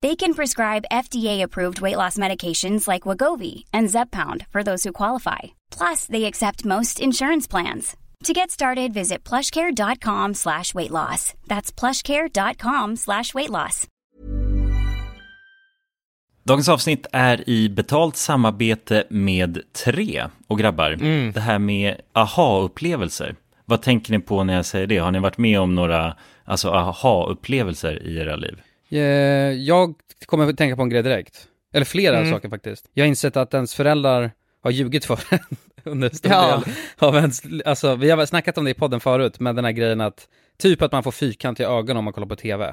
They can prescribe FDA-approved weight loss medications like Wagovi and Zepbound for those who qualify. Plus, they accept most insurance plans. To get started, visit plushcare.com slash weight loss. That's plushcare.com slash weight loss. Dagens avsnitt är i betalt samarbete med Tre. Och grabbar, Mm. det här med aha-upplevelser. Vad tänker ni på när jag säger det? Har ni varit med om några alltså, aha-upplevelser i era liv? Eh, Jag kommer att tänka på en grej direkt. Eller flera Mm. saker faktiskt. Jag har insett att ens föräldrar har ljugit för en under en stor Ja. del av ens... Alltså, vi har väl snackat om det i podden förut, men den här grejen att typ att man får fyrkantiga ögon om man kollar på TV.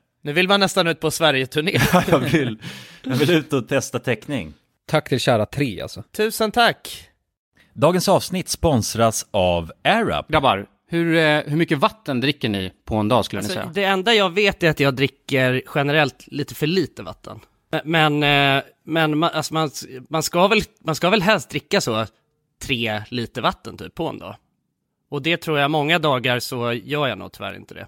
Nu vill man nästan ut på Sverige-turné. Ja, Jag vill, jag vill ut och testa täckning. Tack till kära tre alltså. Tusen tack! Dagens avsnitt sponsras av AirUp. Grabbar, hur, eh, hur mycket vatten dricker ni på en dag skulle ni Alltså, säga? det enda jag vet är att jag dricker generellt lite för lite vatten. Men, eh, men man, alltså man, man, ska väl, man ska väl helst dricka så tre liter vatten typ på en dag. Och det tror jag många dagar så gör jag nog tyvärr inte det.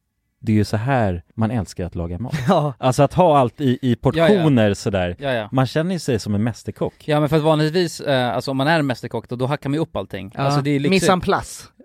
det är ju så här man älskar att laga mat. Ja. Alltså att ha allt i, i portioner sådär. Ja, ja. Man känner ju sig som en mästerkock. Ja men för att vanligtvis, eh, alltså om man är mästerkock då, då hackar man ju upp allting. Ja. Alltså det är lyxigt. Missan plats.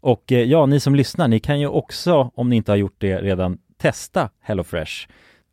Och eh, ja, ni som lyssnar, ni kan ju också, om ni inte har gjort det redan, testa HelloFresh.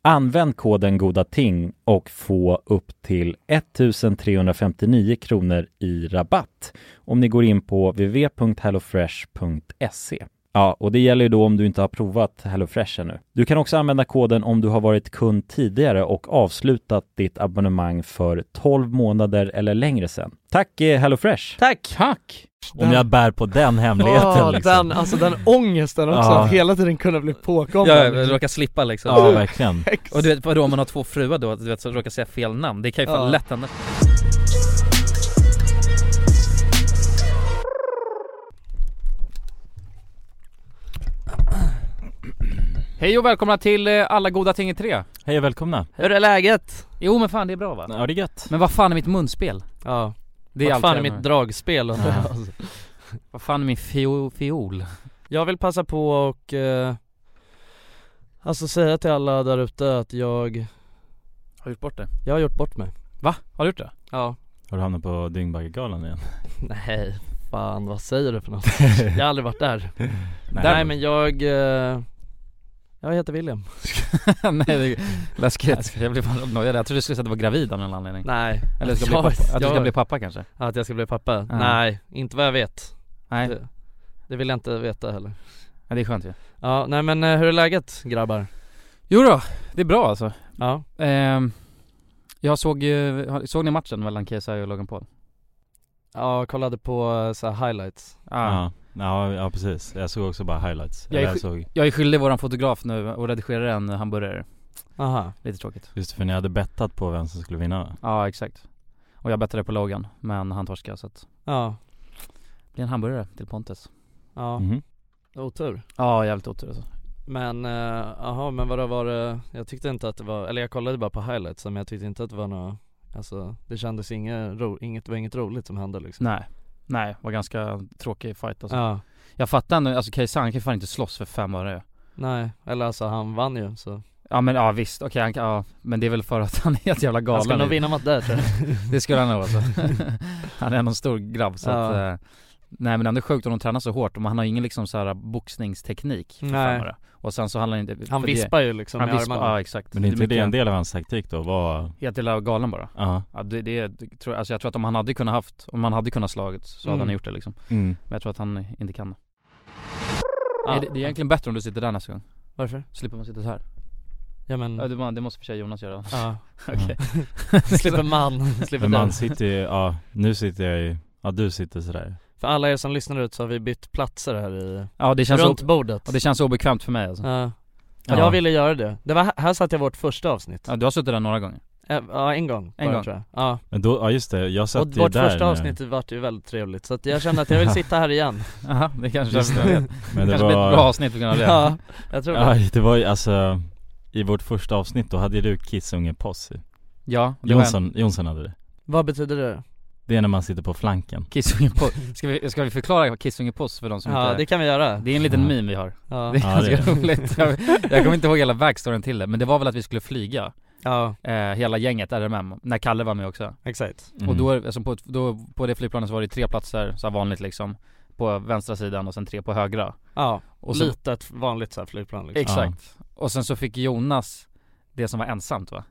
Använd koden goda ting och få upp till 1359 kronor i rabatt om ni går in på www.hellofresh.se. Ja, och det gäller ju då om du inte har provat HelloFresh ännu. Du kan också använda koden om du har varit kund tidigare och avslutat ditt abonnemang för 12 månader eller längre sedan. Tack eh, HelloFresh! Tack! Tack! Om jag bär på den hemligheten Ja, liksom. den, alltså den ångesten också, Ja. att hela tiden kunna bli Ja, påkommen. jag råkar slippa liksom. Ja, verkligen. Och du vet vadå om man har två fruar då, du vet så råkar säga fel namn, det kan ju fan Ja. lätt hända. Hej och välkomna till eh, Alla goda ting i tre. Hej och välkomna. Hur är läget? Jo men fan det är bra va? Ja, det är gött. Men vad fan är mitt munspel? Ja. Det är Vart fan är allt jag mitt undrar. dragspel? undrar jag. Vad fan är min fio, fiol? Jag vill passa på och eh, Alltså säga till alla där ute att jag Har du gjort bort det? Jag har gjort bort mig Va? Har du gjort det? Ja Har du hamnat på Dyngbaggegalan igen? Nej, fan vad säger du för något? Jag har aldrig varit där Nej men jag eh, Jag heter William Nej det är läskigt. Jag blev fan nojad, jag trodde du skulle säga att du var gravid av någon anledning. Nej Eller ska bli jag, pappa. att du ska jag- bli pappa kanske? Att jag ska bli pappa? Nej, inte vad jag vet Nej, Det, det vill jag inte veta heller ja, det är skönt ju. Ja, nej men eh, hur är läget grabbar? Jo då, det är bra alltså. Ja, Ehm, jag såg ju, har- såg ni matchen mellan KSI och Logan Paul? ja jag kollade på eh, så här highlights Ja. Ja, ja, precis. Jag såg också bara highlights. Jag är Eller Jag sjuk- såg, Jag är skyldig våran fotograf nu och redigerar en hamburgare. Aha. Lite tråkigt. just för ni hade bettat på vem som skulle vinna va? Ja, exakt. Och jag bettade på Logan, men han torskade så att Ja, det blir en hamburgare till Pontus. ja, Mhm. otur Ja, jävligt otur alltså. Men, eh, jaha men vadå var det, jag tyckte inte att det var, eller jag kollade bara på highlights men jag tyckte inte att det var något Alltså det kändes inget, ro, inget, det var inget roligt som hände liksom Nej. Nej, var ganska tråkig fight alltså. Ja, Jag fattar nu, alltså KSI han kan ju fan inte slåss för fem öre. nej, eller alltså han vann ju så Ja men ja visst, okej han kan, ja men det är väl för att han är helt jävla galen Han ska nog vinna mot dig tror jag Det skulle han nog alltså. Han är någon stor grabb så Ja. att, eh, Nej men ändå sjukt om de tränar så hårt, men han har ju ingen liksom så här boxningsteknik för Nej. fem öre. Och sen så handlar det inte Han för det- vispar ju liksom Han med vispar, armarna ja exakt Men inte det mycket- en del av hans taktik då? Var... Helt jävla galen bara Ja. ja, det, det, det tror, jag- alltså jag tror att om han hade kunnat haft, om han hade kunnat slagit så hade Mm. han gjort det liksom Mm. Men jag tror att han inte kan det. Ja. Nej, det, det är egentligen bättre om du sitter där nästa gång, Varför? slipper man sitta så här Ja men, ja, det, det måste för sig Jonas göra ja Okej. Slipper man, slipper Men man man. sitter ju, ja, nu sitter jag ju, ja du sitter sådär. För alla er som lyssnar ut så har vi bytt platser här i, Ja det känns, runt o- bordet och det känns obekvämt för mig alltså. Ja. Ja. Jag ville göra det, det var, här satt jag vårt första avsnitt ja, du har suttit där några gånger Eh, Ja en gång En bara, gång. tror jag. Ja, Men då, ja just det, jag satt och ju vårt där nu. första avsnitt vart ju väldigt trevligt så att jag kände att jag vill sitta här igen Jaha, det kanske Just det. det. Men det kanske blir var, ett bra avsnitt på grund av det Ja, jag tror ja, det det var ju alltså, i vårt första avsnitt då hade ju du kissunge posse. Ja, det var en Jonsson, Jonsson hade det. Vad betyder det? Det är när man sitter på flanken. Kissunge Post. Ska vi, ska vi förklara Kissunge Post för de som Ja inte... det kan vi göra Det är en liten Ja. meme vi har. Det Ja, är Ja, ganska det är roligt. Jag, jag kommer inte ihåg hela backstoryn till det, men det var väl att vi skulle flyga, ja eh, hela gänget RMM, när Kalle var med också. exakt Mm. Och då, är det- alltså på, ett- då, på det flygplanet så var det tre platser, så här vanligt liksom, på vänstra sidan och sen tre på högra. Ja, Och så, lite ett vanligt så här flygplan liksom. Exakt. Och sen så fick Jonas det som var ensamt va?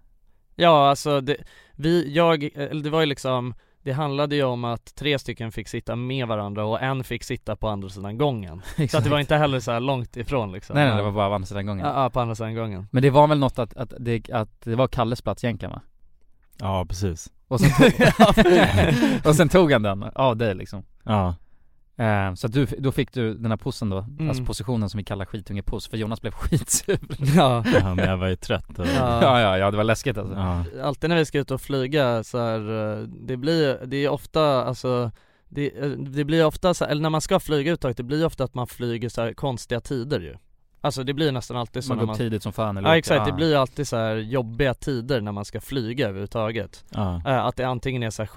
Ja, alltså det, vi, jag, eller det var ju liksom det handlade ju om att tre stycken fick sitta med varandra och en fick sitta på andra sidan gången. Så att det var inte heller så här långt ifrån liksom. Nej nej, det var bara på andra sidan gången. Ja, ja, på andra sidan gången. Men det var väl något att, att, det, att det var Kalles plats egentligen va? Ja, precis. Och sen tog, och sen tog han den av dig liksom. Ja. Eh, Så att du, då fick du den här pussen då, Mm. alltså positionen som vi kallar skitungepuss, för Jonas blev skitsur Ja. Ja, men jag var ju trött. Och... Ja. ja, ja, ja, det var läskigt alltså Ja. Alltid när vi ska ut och flyga så här, eh, det blir, det är ofta alltså det, eh, det blir ofta så här, eller när man ska flyga uttaget, det blir ofta att man flyger så här konstiga tider ju Alltså det blir nästan alltid så Man när går upp tidigt som fan eller Ja åker- exakt, det ah. blir alltid så här jobbiga tider när man ska flyga överhuvudtaget Ja. Eh, Att det antingen är så här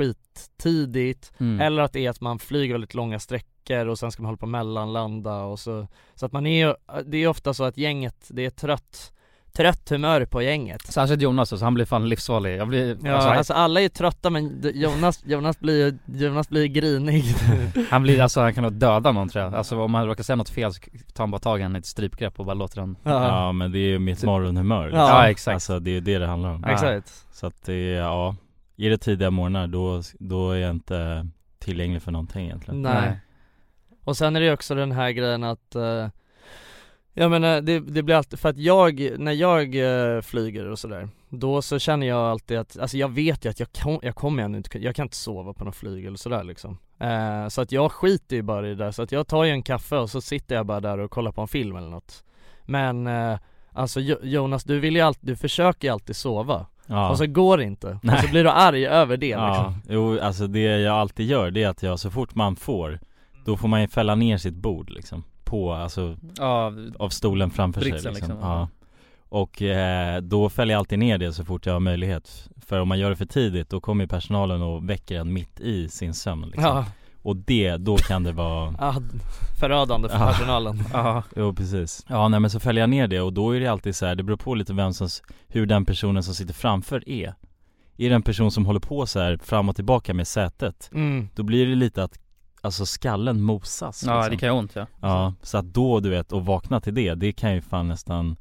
skittidigt Mm. eller att det är att man flyger väldigt långa sträckor och sen ska man hålla på och mellanlanda och så Så att man är ju, äh, det är ofta så att gänget, det är trött, trött humör på gänget Särskilt Jonas alltså, han blir fan livsfarlig, jag blir, Ja, alltså, alltså, han- alla är ju trötta men d- Jonas, Jonas blir ju, Jonas blir ju grinig han blir alltså, han kan nog döda någon tror jag Alltså om han råkar säga något fel så tar han bara tag i henne i ett strypgrepp och bara låter den Ja, Typ. Ja, men det är ju mitt morgonhumör. Ja. Ja, exakt. Alltså det är ju det det handlar om. exakt Så att det är, ja, i det tidiga morgnar då, då är jag inte tillgänglig för någonting egentligen. Nej. Och sen är det ju också den här grejen att eh, Jag menar det, det blir alltid, för att jag, när jag eh, flyger och sådär Då så känner jag alltid att, alltså jag vet ju att jag, kom, jag kommer ju inte, kunna- jag kan inte sova på någon flyg eller sådär liksom eh, Så att jag skiter ju bara i det där, så att jag tar ju en kaffe och så sitter jag bara där och kollar på en film eller något Men eh, Alltså Jo- Jonas, du vill ju alltid, du försöker ju alltid sova Ja. Och så går det inte, och Nej. så blir du arg över det Ja, liksom jo alltså det jag alltid gör det är att jag så fort man får Då får man ju fälla ner sitt bord liksom På, alltså Ja, av stolen framför sig Britsen, liksom. liksom. Ja. Och eh, då fäller jag alltid ner det så fort jag har möjlighet För om man gör det för tidigt då kommer ju personalen och väcker en mitt i sin sömn liksom. Ja, Och det, då kan det vara ah, förödande för Ja. personalen ja, Jo precis Ja nej men så fäller jag ner det och då är det alltid så här, det beror på lite vem som, hur den personen som sitter framför är Är det en person som håller på så här fram och tillbaka med sätet Mm. Då blir det lite att, alltså skallen mosas ja det liksom. kan göra ont ja Ja, så att då du vet, och vakna till det, det kan ju fan nästan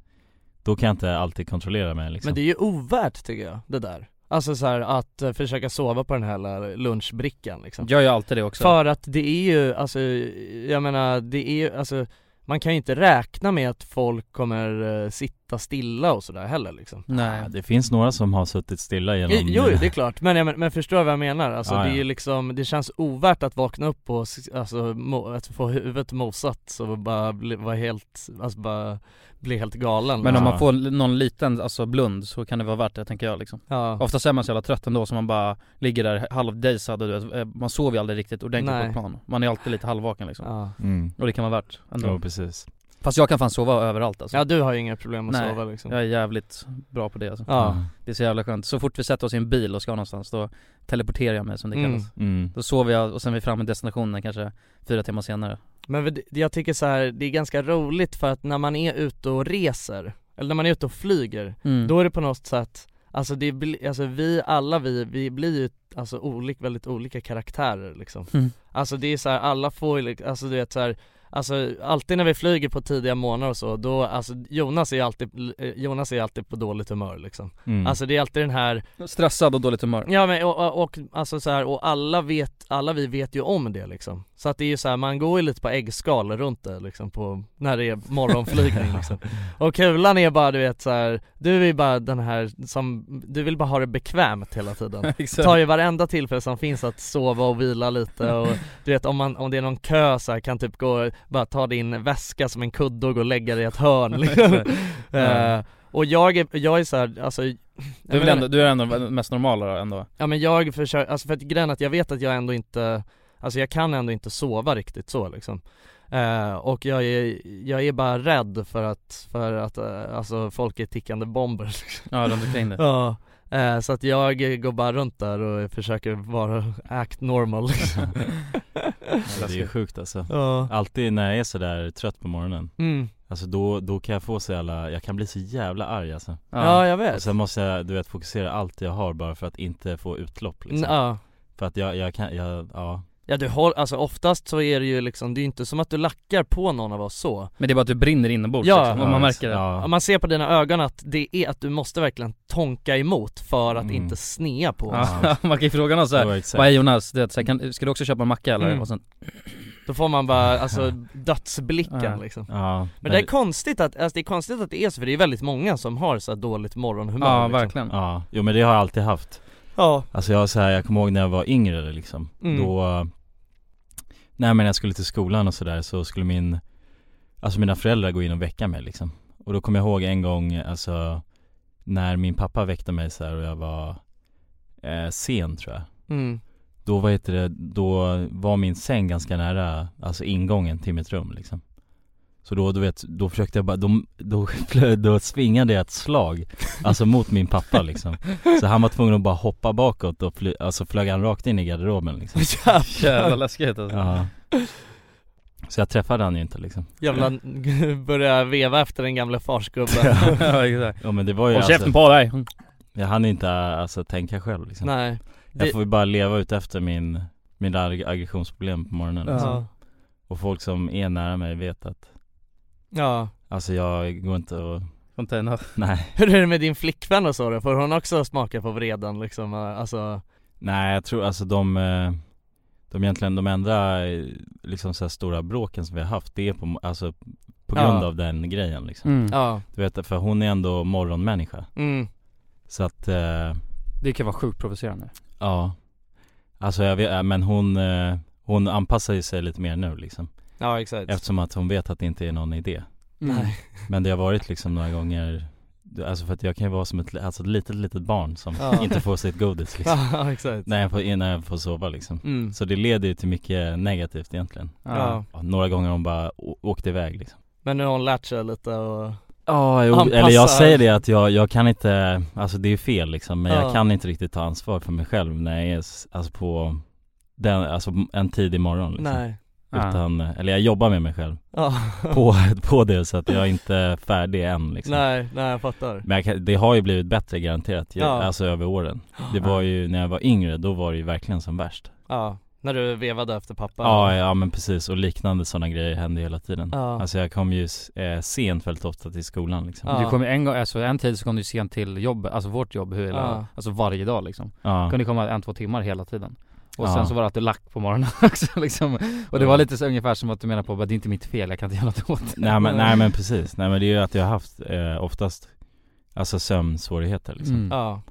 Då kan jag inte alltid kontrollera mig liksom Men det är ju ovärt tycker jag, det där Alltså så här att eh, försöka sova på den här lilla lunchbrickan liksom Gör ju alltid det också För att det är ju, alltså jag menar det är ju, alltså man kan ju inte räkna med att folk kommer eh, sitta stilla och sådär heller liksom Nej ja, Det finns några som har suttit stilla genom I- Jo, det är klart, men, jag men, men förstår du vad jag menar? Alltså Ja, det är ja. ju liksom, det känns ovärt att vakna upp och s- alltså, mo, att få huvudet mosat och bara bli, vara helt, alltså bara bli helt galen Men om liksom. man får någon liten, alltså blund så kan det vara värt det tänker jag liksom ja. Oftast är man så jävla trött ändå så man bara ligger där halvdejsad och du vet, eh, man sover ju aldrig riktigt ordentligt Nej. på plan Man är alltid lite halvvaken liksom ja. mm. Och det kan vara värt ändå Jo precis Fast jag kan fan sova överallt alltså ja, du har ju inga problem att Nej. sova liksom Jag är jävligt bra på det alltså. Ja, Det är så jävla skönt. Så fort vi sätter oss i en bil och ska någonstans då teleporterar jag mig som det Mm. kallas mm. Då sover jag och sen är vi framme i destinationen kanske fyra timmar senare men det- jag tycker så här, det är ganska roligt för att när man är ute och reser, eller när man är ute och flyger, mm. då är det på något sätt, alltså det blir, alltså vi alla vi, vi blir ju alltså olik, väldigt olika karaktärer liksom Mm. Alltså det är så här, alla får ju lik- alltså du vet så här, Alltså alltid när vi flyger på tidiga månader och så, då, alltså Jonas är ju alltid, eh, Jonas är alltid på dåligt humör liksom Mm. Alltså det är alltid den här, Stressad och dåligt humör ja men och, och, och alltså så här, och alla vet, alla vi vet ju om det liksom Så att det är ju så här, man går ju lite på äggskal runt det liksom på, när det är morgonflygning liksom och kulan är bara du vet så här, du är bara den här som, du vill bara ha det bekvämt hela tiden Tar ju varenda tillfälle som finns att sova och vila lite och du vet om, man, om det är någon kö så här, kan typ gå, bara ta din väska som en kudde och gå och lägga dig i ett hörn liksom. Eh, Och jag är, jag är så här, alltså Du är, väl ändå, du är ändå den mest normala då ändå? Ja men jag försöker, alltså för att grejen är att jag vet att jag ändå inte, alltså jag kan ändå inte sova riktigt så liksom eh, Och jag är, jag är bara rädd för att, för att eh, alltså folk är tickande bomber liksom. Ja runt omkring dig Ja eh, Så att jag går bara runt där och försöker vara, act normal liksom. Ja, Det är ju sjukt alltså Ja Alltid när jag är sådär trött på morgonen mm. Alltså då, då kan jag få så jävla, jag kan bli så jävla arg alltså Ja jag Och vet sen måste jag, du vet, fokusera allt jag har bara för att inte få utlopp liksom. N- Ja För att jag, jag kan, jag, ja Ja du håller, alltså oftast så är det ju liksom, det är ju inte som att du lackar på någon av oss så Men det är bara att du brinner inombords Ja. liksom, och man märker det Ja, Man ser på dina ögon att det är, att du måste verkligen tonka emot för Mm. att inte snea på oss. Ja, man kan ju fråga någon Det var såhär, exakt. vad är Jonas? Du vet, så här, kan, ska du också köpa en macka eller? Mm. Och sen, Då får man bara, alltså dödsblicken Ja. liksom Ja, Men det är men- konstigt att, alltså det är konstigt att det är så för det är väldigt många som har så här dåligt morgonhumör liksom. Ja, jo men det har jag alltid haft Ja. Alltså jag har så här, jag kommer ihåg när jag var yngre liksom Mm. Då Nej men när jag skulle till skolan och sådär så skulle min Alltså mina föräldrar gå in och väcka mig liksom Och då kommer jag ihåg en gång alltså När min pappa väckte mig så här och jag var eh, sen tror jag Mm. Då vad heter det, då var min säng ganska nära Alltså ingången till mitt rum liksom så då, du vet, då försökte jag bara, då, då, flö- då svingade jag ett slag Alltså mot min pappa liksom Så han var tvungen att bara hoppa bakåt och fly, alltså flög han rakt in i garderoben liksom Jävla läskigt alltså. Ja. Så jag träffade han ju inte liksom Jävla, börja veva efter den gamla farsgubben Ja, exakt. Ja men det var ju alltså- Håll käften på dig. Jag hann inte alltså tänka själv liksom Nej. Det- Jag får ju bara leva ut efter min, mina ag- aggressionsproblem på morgonen liksom. Ja. Och folk som är nära mig vet att Ja. Alltså jag går inte och Container. Nej Hur är det med din flickvän och så då? Får hon också smaka på vreden liksom? Alltså, Nej jag tror alltså de eh, De egentligen, de enda eh, liksom så här stora bråken som vi har haft Det är på, alltså på Ja. grund av den grejen liksom Mm. Ja. Du vet, för hon är ändå morgonmänniska Mm. Så att eh, Det kan vara sjukt provocerande Ja Alltså jag vet, men hon, eh, hon anpassar ju sig lite mer nu liksom Ja, exakt. Eftersom att hon vet att det inte är någon idé Nej. Men det har varit liksom några gånger Alltså för att jag kan ju vara som ett, li- alltså ett litet litet barn som Ja. inte får sitt godis liksom Ja, exakt. När jag får, innan jag får sova liksom Mm. Så det leder ju till mycket negativt egentligen Ja. Några gånger hon bara å- åkte iväg liksom men nu har hon lärt sig lite och Ja, Ah, jo, anpassar- eller jag säger det att jag, jag kan inte, alltså det är fel liksom men Ja. jag kan inte riktigt ta ansvar för mig själv när jag är s- alltså på den, alltså en tidig morgon liksom. Nej. Utan, eller jag jobbar med mig själv Ja. på, på det så att jag är inte är färdig än liksom. Nej, nej jag fattar Men jag kan, det har ju blivit bättre garanterat, ju- Ja. alltså över åren Det var ju, när jag var yngre då var det ju verkligen som värst Ja, när du vevade efter pappa Ja, ja men precis och liknande sådana grejer hände hela tiden Ja. Alltså jag kom ju eh, sent väldigt ofta till skolan liksom Du kom ju en gång, alltså en tid så kom du sent till jobbet, alltså vårt jobb, hur, Ja. alltså varje dag liksom Ja. Kunde komma en, två timmar hela tiden och Ja. sen så var det alltid lack på morgonen också liksom. Och det var lite så ungefär som att du menar på bara, det är inte mitt fel, jag kan inte göra något åt det Nej men, nej men precis, nej men det är ju att jag har haft eh, oftast Alltså sömnsvårigheter liksom Mm. Ja.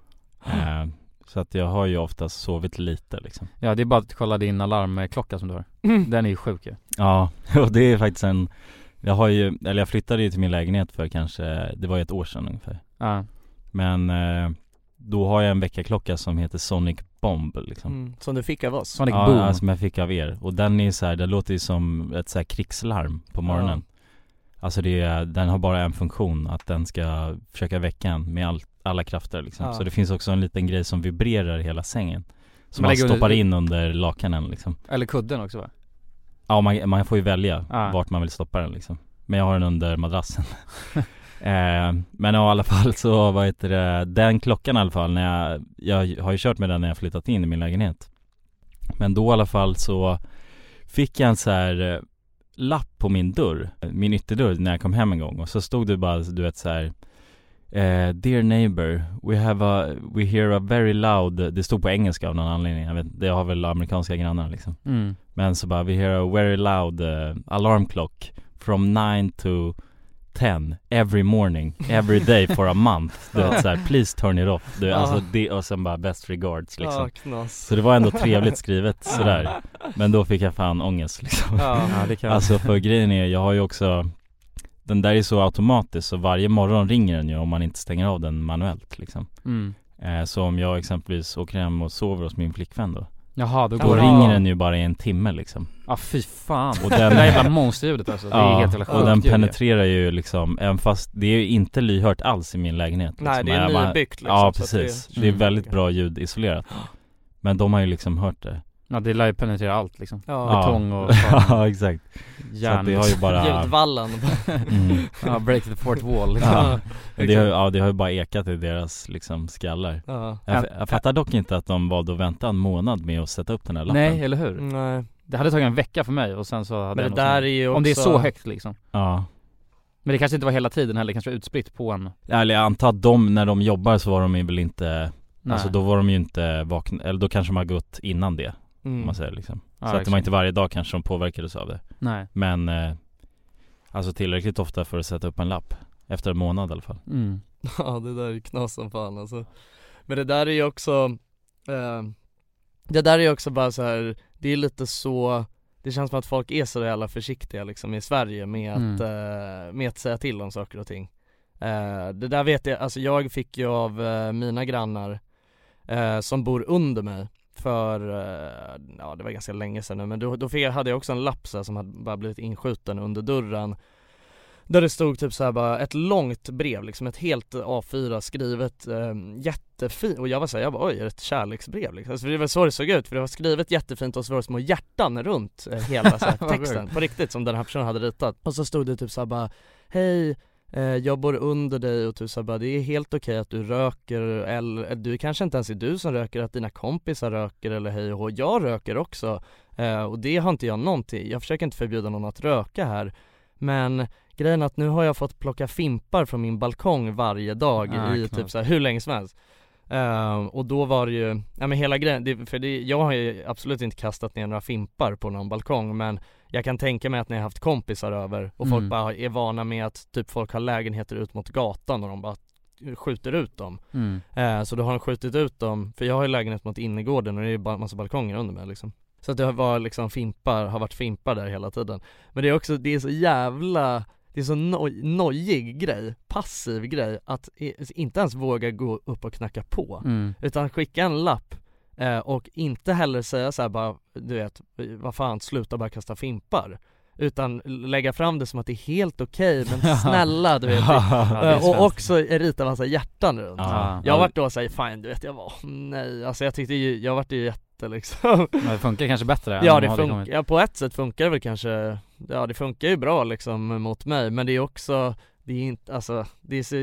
eh, Så att jag har ju oftast sovit lite liksom Ja det är bara att kolla din alarmklocka som du har Mm. Den är ju sjuk ju Ja, och det är faktiskt en Jag har ju, eller jag flyttade ju till min lägenhet för kanske, det var ju ett år sedan ungefär Ja. Men eh, då har jag en veckaklocka som heter Sonic Bomb liksom mm. Som du fick av oss ja, alltså- Ja, som jag fick av er. Och den är så här, den låter ju som ett så här krigslarm på morgonen Alltså det är, den har bara en funktion, att den ska försöka väcka en med all, alla krafter liksom. Ja. Så det finns också en liten grej som vibrerar hela sängen Som Man man, lägger under- stoppar in under lakanen liksom Eller kudden också va? Ja man, man får ju välja Ja. vart man vill stoppa den liksom Men jag har den under madrassen eh, Men ja, i alla fall så, vad heter det, den klockan i alla fall när jag, jag har ju kört med den när jag flyttat in i min lägenhet Men då i alla fall så fick jag en så här eh, lapp på min dörr, min ytterdörr när jag kom hem en gång och så stod det bara du vet så här Eh, dear neighbor, we have a, we hear a very loud, det stod på engelska av någon anledning, jag vet det har väl amerikanska grannar liksom Mm. men så bara, we hear a very loud eh, alarm clock from 9 to 10 every morning, every day for a month. Du vet såhär, please turn it off. Du, Ja. alltså det och sen bara best regards liksom. Ja, knas. så det var ändå trevligt skrivet sådär. Men då fick jag fan ångest liksom. Ja. Ja, det kan- Alltså för grejen är, jag har ju också den där är så automatisk så varje morgon ringer den ju om man inte stänger av den manuellt liksom. Mm. Eh, Så om jag exempelvis åker hem och sover hos min flickvän då Jaha, då Då går den- ringer Ja. den ju bara i en timme liksom Ja fy fan, det där jävla monsterljudet alltså, det är helt jävla Och sjukt den ljud, ja. penetrerar ju liksom, även fast det är ju inte lyhört alls i min lägenhet liksom. Nej, det är Jag bara- nybyggt, liksom, Ja så att det- precis, det är väldigt bra ljudisolerat Men de har ju liksom hört det Ja det lär ju penetrera allt liksom, Ja. betong och Ja exakt Så att det har ju bara Ljudvallen. Mm. Ja, break the fourth wall liksom. ja. Ja, Det har, ju- ja det har ju bara ekat i deras liksom skallar Ja. jag, f- jag fattar dock inte att de valde att vänta en månad med att sätta upp den här lappen Mm. Nej eller hur? Nej Det hade tagit en vecka för mig och sen så hade Men jag det nog- där är ju Om det är också- så högt liksom Ja Men det kanske inte var hela tiden heller, kanske var utspritt på en Eller jag antar att de, när de jobbar så var de ju väl inte Nej. Alltså då var de ju inte vakna, eller då kanske de har gått innan det Mm. Om man säger liksom Ja, Så att det exakt. var inte varje dag kanske de påverkades av det Nej. Men eh, Alltså tillräckligt ofta för att sätta upp en lapp Efter en månad i alla fall Mm. Ja det där är knas som fan alltså Men det där är ju också eh, Det där är ju också bara så här. det är lite så Det känns som att folk är så jävla försiktiga liksom i Sverige med att, Mm. eh, med att säga till om saker och ting eh, Det där vet jag, alltså jag fick ju av eh, mina grannar eh, som bor under mig för, eh, ja det var ganska länge sedan nu men då, då fick jag, hade jag också en lapp så här, som hade bara blivit inskjuten under dörren där det stod typ så här bara ett långt brev liksom, ett helt A4 skrivet eh, jättefint och jag var såhär, jag bara oj är det ett kärleksbrev liksom? Alltså, för det var så det såg ut för det var skrivet jättefint och så var det små hjärtan runt eh, hela så här, Vad texten sjukt. på riktigt som den här personen hade ritat och så stod det typ så här bara Hej, eh, jag bor under dig och du sa bara det är helt okej att du röker eller eller du kanske inte ens är du som röker, att dina kompisar röker eller hej och hå. Jag röker också eh, och det har inte jag någonting, jag försöker inte förbjuda någon att röka här men grejen är att nu har jag fått plocka fimpar från min balkong varje dag Ah, i knas. typ så här, hur länge som helst Ehm, och då var det ju, ja men hela grejen, det, för det, jag har ju absolut inte kastat ner några fimpar på någon balkong men jag kan tänka mig att när jag har haft kompisar över och folk Mm. bara är vana med att typ folk har lägenheter ut mot gatan och de bara skjuter ut dem. Mm. Eh, så då har de skjutit ut dem, för jag har ju lägenhet mot innergården och det är ju bara massa balkonger under mig liksom. Så att det har varit liksom fimpar, har varit fimpar där hela tiden. Men det är också, det är så jävla, det är så noj, nojig grej, passiv grej att i, inte ens våga gå upp och knacka på. Mm. Utan skicka en lapp eh, och inte heller säga så här bara, du vet, vad fan sluta bara kasta fimpar. Utan lägga fram det som att det är helt okej men snälla du vet. Ja, det är Eh, svenskt. och också rita massa hjärtan runt. Ja. Jag vart då såhär, fan du vet jag var, nej alltså jag tyckte ju, jag vart ju jätte liksom Men det funkar kanske bättre än Ja om det hade kommit. funkar, ja, på ett sätt funkar det väl kanske, ja det funkar ju bra liksom mot mig men det är också det är inte, alltså, det är så,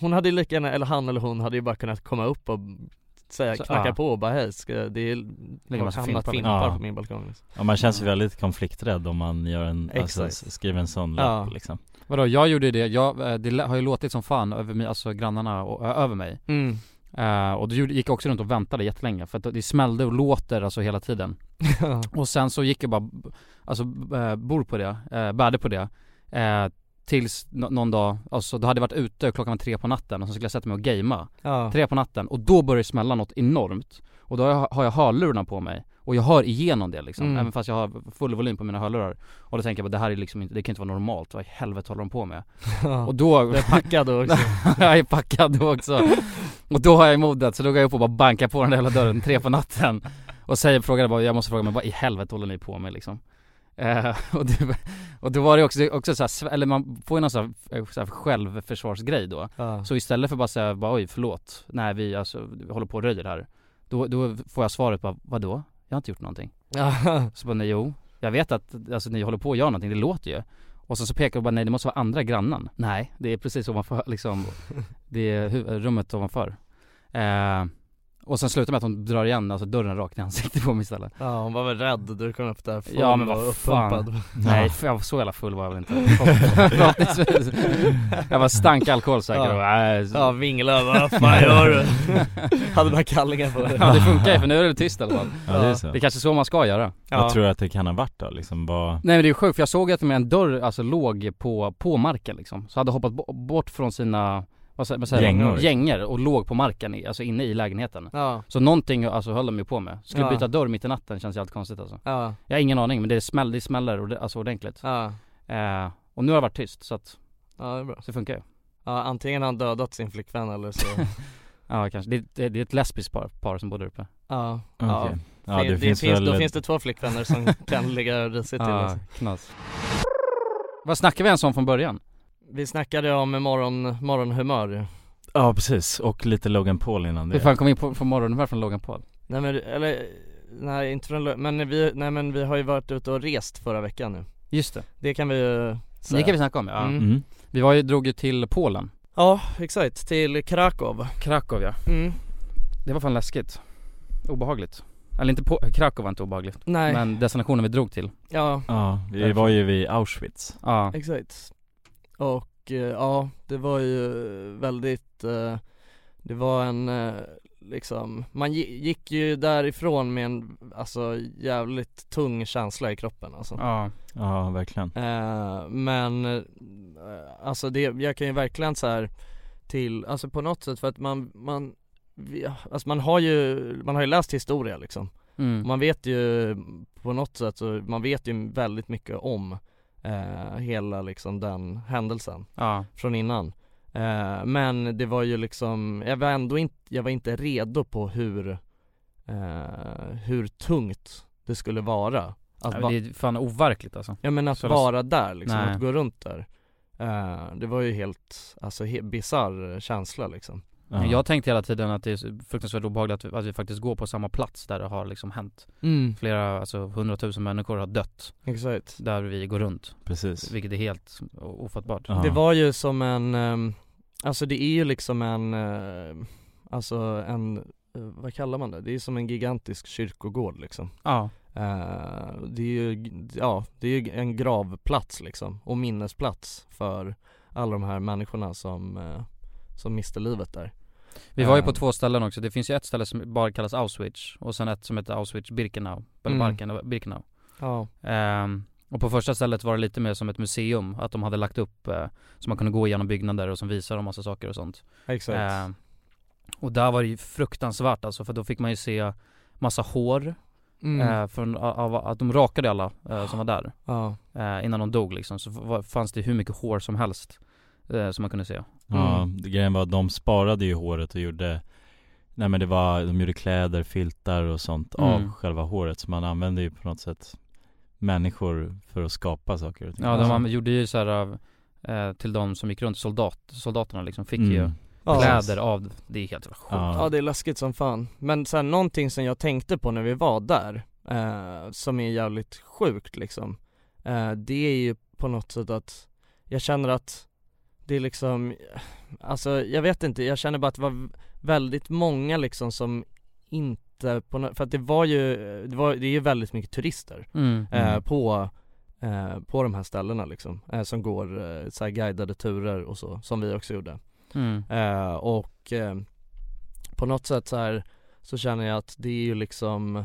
hon hade ju lika gärna, eller han eller hon hade ju bara kunnat komma upp och säga, Så, knacka ja. på och bara hej, ska, det är, det har massa hamnat fimpar. fimpar Ja. på min balkong liksom. Ja man känns ju väldigt konflikträdd om man gör en, alltså, Exakt. s- skriver en sån lapp liksom Vadå, jag gjorde ju det, jag, eh, det lä- har ju låtit som fan över mig, alltså grannarna och, ö- över mig Mm. Eh, Och då gjorde- gick jag också runt och väntade jättelänge för att det smällde och låter alltså hela tiden Ja. Och sen så gick jag bara, b- alltså b- eh, bor på det, eh, bärde på det eh, Tills nå- någon dag, alltså då hade jag varit ute och klockan var tre på natten och så skulle jag sätta mig och gamea Ja. Tre på natten och då började det smälla något enormt Och då har jag, har jag hörlurarna på mig och jag hör igenom det liksom, Mm. även fast jag har full volym på mina hörlurar Och då tänker jag bara det här är liksom inte, det kan inte vara normalt, vad i helvete håller de på med? Ja. Och då... Du är packad då också. jag är packad då också Och då har jag modet, så då går jag upp och bara bankar på den där hela dörren tre på natten Och säger, frågar bara, jag måste fråga men vad i helvete håller ni på med liksom? Eh, och, det, och då var det också, också så här, sve- eller man får ju någon så här, eh, så här självförsvarsgrej då Ja. Så istället för bara säga, bara, oj förlåt, nej vi alltså, vi håller på och röjer här Då, då får jag svaret bara, vadå? Jag har inte gjort någonting Ja. Så bara, nej jo, jag vet att alltså, ni håller på och gör någonting, det låter ju och sen så pekar jag bara, nej det måste vara andra grannen. Nej, det är precis ovanför liksom. Det är hu- rummet ovanför. Eh, och sen slutar med att hon drar igen alltså dörren rakt i ansiktet på mig istället. Ja hon var väl rädd, du kom upp där full Ja men och vad uppumpad. fan. Nej, för jag var så jävla full var jag väl inte. Förhoppningsvis. jag var stank alkohol säkert Ja. och, nej, så- Ja vingla, vad fan gör du? Hade man kallingar på dig? Ja det funkar ju för nu är det tyst i alla fall. Ja, det är så. det är kanske så man ska göra. Vad tror du att det kan ha varit då liksom? Vad... Nej men det är sjukt för jag såg att med en dörr alltså låg på, på marken liksom. Så hade hoppat bo- bort från sina, vad säger, vad säger Gängor. man? Gängor och låg på marken, i- alltså inne i lägenheten. Ja. Så någonting alltså höll de ju på med. Skulle Ja. byta dörr mitt i natten känns jävligt konstigt alltså. Ja. Jag har ingen aning men det, smäll, det smäller orde- alltså ordentligt. Ja. Eh, och nu har det varit tyst så att, Ja det är bra. så det funkar ju. Ja antingen har han dödat sin flickvän eller så Ja kanske, det, det, det är ett lesbiskt par, par som bor där uppe. Ja, Okej. ja. Ja, Fin- det finns väl- Då finns det två flickvänner som kan ligga risigt till Ja, alltså. knas. Vad snackar vi ens om från början? Vi snackade om morgon, morgonhumör ju. Ja precis, och lite Logan Paul innan Hur det fan kom vi in på, på morgonhumör från Logan Paul? Nej men, eller, nej inte från lö- men vi, nej men vi har ju varit ute och rest förra veckan nu Just det. Det kan vi ju säga Det kan vi snacka om ja. Mm. Vi var ju, drog ju till Polen. Ja, exakt, till Krakow Krakow ja. Mm. Det var fan läskigt. Obehagligt. Eller inte på, Krakow var inte obehagligt. Nej. Men destinationen vi drog till. Ja, Ja, vi var ju vid Auschwitz Ja. exakt Och eh, ja, det var ju väldigt, eh, det var en eh, liksom, man gi- gick ju därifrån med en alltså jävligt tung känsla i kroppen alltså. Ja. Ja, verkligen. Eh, men eh, alltså det, jag kan ju verkligen så här till, alltså på något sätt för att man, man, vi- alltså man har ju, man har ju läst historia liksom. Mm. Man vet ju på något sätt, så man vet ju väldigt mycket om eh, hela liksom den händelsen Ja. från innan. Eh, men det var ju liksom, jag var ändå inte, jag var inte redo på hur, eh, hur tungt det skulle vara. Att Ja, men Alltså, va- det är fan overkligt alltså. Ja men att Så- vara där liksom, Nej. att gå runt där Eh, Det var ju helt, alltså he- bisarr känsla liksom Men Jag tänkte hela tiden att det är så fruktansvärt obehagligt att vi, att vi faktiskt går på samma plats där det har liksom hänt. Mm. Flera, alltså hundratusen människor har dött. Exakt Där vi går runt. Precis. Vilket är helt o- ofattbart. Det var ju som en, ehm, alltså det är ju liksom en, ehm, alltså en, eh, vad kallar man det? Det är som en gigantisk kyrkogård liksom Ja. Eh, det är ju, g- ja, det är ju en gravplats liksom och minnesplats för alla de här människorna som, eh, som miste livet där Vi var ju Eh, på två ställen också. Det finns ju ett ställe som bara kallas Auschwitz och sen ett som heter Auschwitz-Birkenau. Eller Mm. Barken- Birkenau. Ja. Ehm, och på första stället var det lite mer som ett museum, att de hade lagt upp eh, så man kunde gå igenom byggnader och som visar en massa saker och sånt. Exakt. Ehm, och där var det ju fruktansvärt alltså för då fick man ju se massa hår Mm. eh, från, av, av, att de rakade alla eh, som var där. Ja. Eh, innan de dog liksom, så var, fanns det hur mycket hår som helst eh, som man kunde se. Ja, Mm. det grejen var att de sparade ju håret och gjorde Nej men det var, de gjorde kläder, filtar och sånt av Mm. själva håret Så man använde ju på något sätt människor för att skapa saker och ting Ja, de Alltså, an- gjorde ju så här eh, till de som gick runt, soldat, soldaterna liksom, fick Mm. ju Ja. kläder av, det är helt jävla sjukt. Ja. det är läskigt som fan. Men sen någonting som jag tänkte på när vi var där, eh, som är jävligt sjukt liksom, eh, det är ju på något sätt att jag känner att det är liksom, alltså jag vet inte, jag känner bara att det var väldigt många liksom som inte på nå- för att det var ju, det, var, det är ju väldigt mycket turister Mm. eh, Mm. på eh, på de här ställena liksom, eh, som går eh, så här guidade turer och så, som vi också gjorde. Mm. Eh, och eh, på något sätt så här så känner jag att det är ju liksom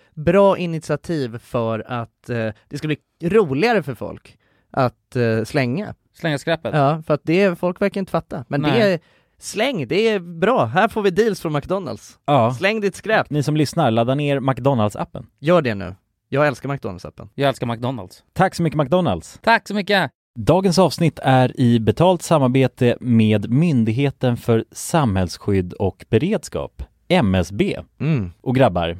bra initiativ för att eh, det ska bli roligare för folk att eh, slänga. Slänga skräpet? Ja, för att det, folk verkar inte fatta. Men det Nej. är, släng, det är bra. Här får vi deals från McDonalds. Ja. Släng ditt skräp. Ni som lyssnar, ladda ner McDonalds-appen. Gör det nu. Jag älskar McDonalds-appen. Jag älskar McDonalds. Tack så mycket McDonalds! Tack så mycket! Dagens avsnitt är i betalt samarbete med Myndigheten för samhällsskydd och beredskap, MSB. Och grabbar, Mm.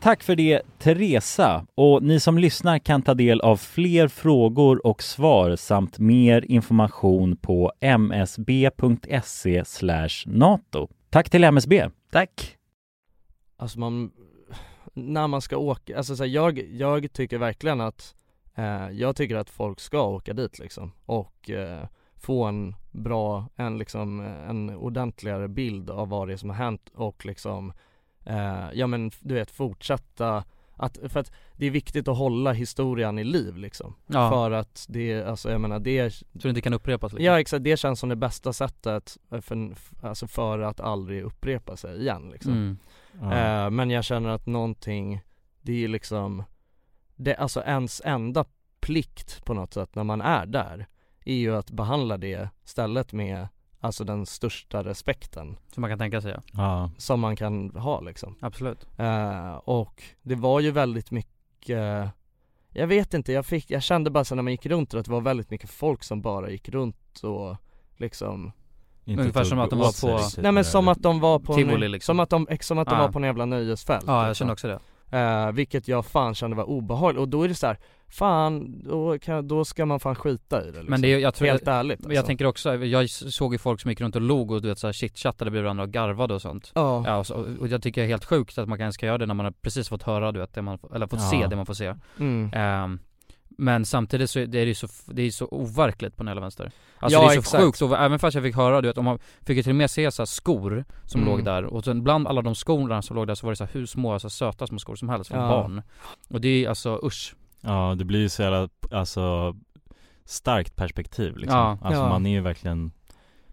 Tack för det Teresa och ni som lyssnar kan ta del av fler frågor och svar samt mer information på msb.se E nato. Tack till MSB. Tack. Alltså man, när man ska åka, alltså så här, jag, jag tycker verkligen att, eh, jag tycker att folk ska åka dit liksom och eh, få en bra, en liksom, eh, en ordentligare bild av vad det är som har hänt och liksom, eh, ja men du vet fortsätta att, för att det är viktigt att hålla historien i liv liksom. Ja. För att det, alltså jag menar det Så det inte kan upprepas liksom. Ja exakt, det känns som det bästa sättet för, alltså för att aldrig upprepa sig igen liksom. Mm. Ja. Eh, Men jag känner att någonting, det är ju liksom, det, alltså ens enda plikt på något sätt när man är där är ju att behandla det stället med alltså den största respekten Som man kan tänka sig ja. Ja. som man kan ha liksom. Absolut. Eh, och det var ju väldigt mycket, jag vet inte, jag, fick, jag kände bara så när man gick runt där att det var väldigt mycket folk som bara gick runt och liksom Inte Ungefär tog som att de var åt sig på- riktigt Nej men det som där. att de var på Tivoli, en, liksom. som att de, ex- som att de Ja. var på en jävla nöjesfält liksom. Ja, jag kände också det. Eh, vilket jag fan kände var obehagligt och då är det så här, fan då, kan, då ska man fan skita i det liksom. Men det, är- jag tror, Helt ärligt alltså. Men Jag tänker också, jag s- såg ju folk som gick runt och log och du vet såhär chitchattade bredvid varandra och garvade och sånt Ja. och, så, och jag tycker det är helt sjukt att man kan ens kan göra det när man har precis fått höra du vet, det man, eller fått Ja. se det man får se Mm. Ehm, Men samtidigt så är det ju så, det är så overkligt på den hela vänster. Alltså Ja, det är så exakt. sjukt, och även fast jag fick höra du vet, om man fick ju till och med se så här skor som Mm. låg där och sen bland alla de skorna som låg där så var det så här hur små, alltså söta små skor som helst från Ja. barn. Och det är ju alltså usch. Ja, det blir ju så jävla, alltså starkt perspektiv liksom. Ja. Alltså Ja. man är ju verkligen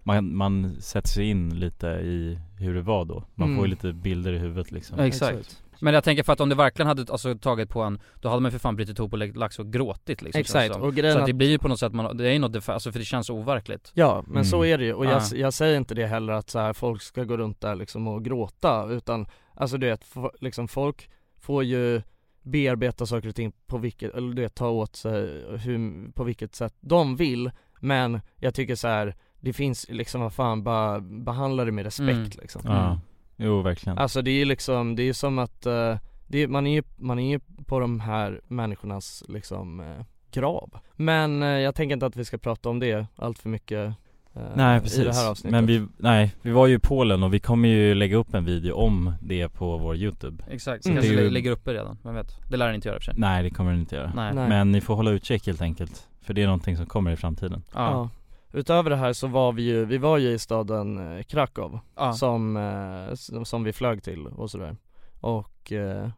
man, man sätter sig in lite i hur det var då. Man Mm. får ju lite bilder i huvudet liksom. Ja, exakt. Men jag tänker för att om det verkligen hade alltså, tagit på en, då hade man för fan brutit ihop och lagt- lagt sig och gråtit liksom Exakt, känns det som. och grejen Så att det att- blir ju på något sätt, man, det är ju något, defa- alltså för det känns så overkligt Ja, men så är det ju och jag, Mm. Ja. jag säger inte det heller att så här, folk ska gå runt där liksom och gråta utan alltså du vet, fo- liksom folk får ju bearbeta saker och ting på vilket, eller du vet ta åt sig hur, på vilket sätt de vill men jag tycker så här det finns liksom vad fan, bara behandla det med respekt Mm. liksom Ja, jo verkligen. Alltså det är ju liksom, det är som att, eh, det är, man, är ju, man är ju på de här människornas liksom eh, grav Men eh, jag tänker inte att vi ska prata om det allt för mycket eh, Nej i det här precis, avsnittet men vi, nej, vi var ju i Polen och vi kommer ju lägga upp en video om det på vår youtube Exakt, så Mm. Det är kanske ju- det ligger uppe redan, vem vet? Det lär den inte göra i och för sig Nej det kommer den inte göra, Nej. Nej. men ni får hålla utkik helt enkelt För det är någonting som kommer i framtiden ja. Utöver det här så var vi ju, vi var ju i staden eh, Krakow Ja. som, eh, som, som vi flög till och sådär Och eh,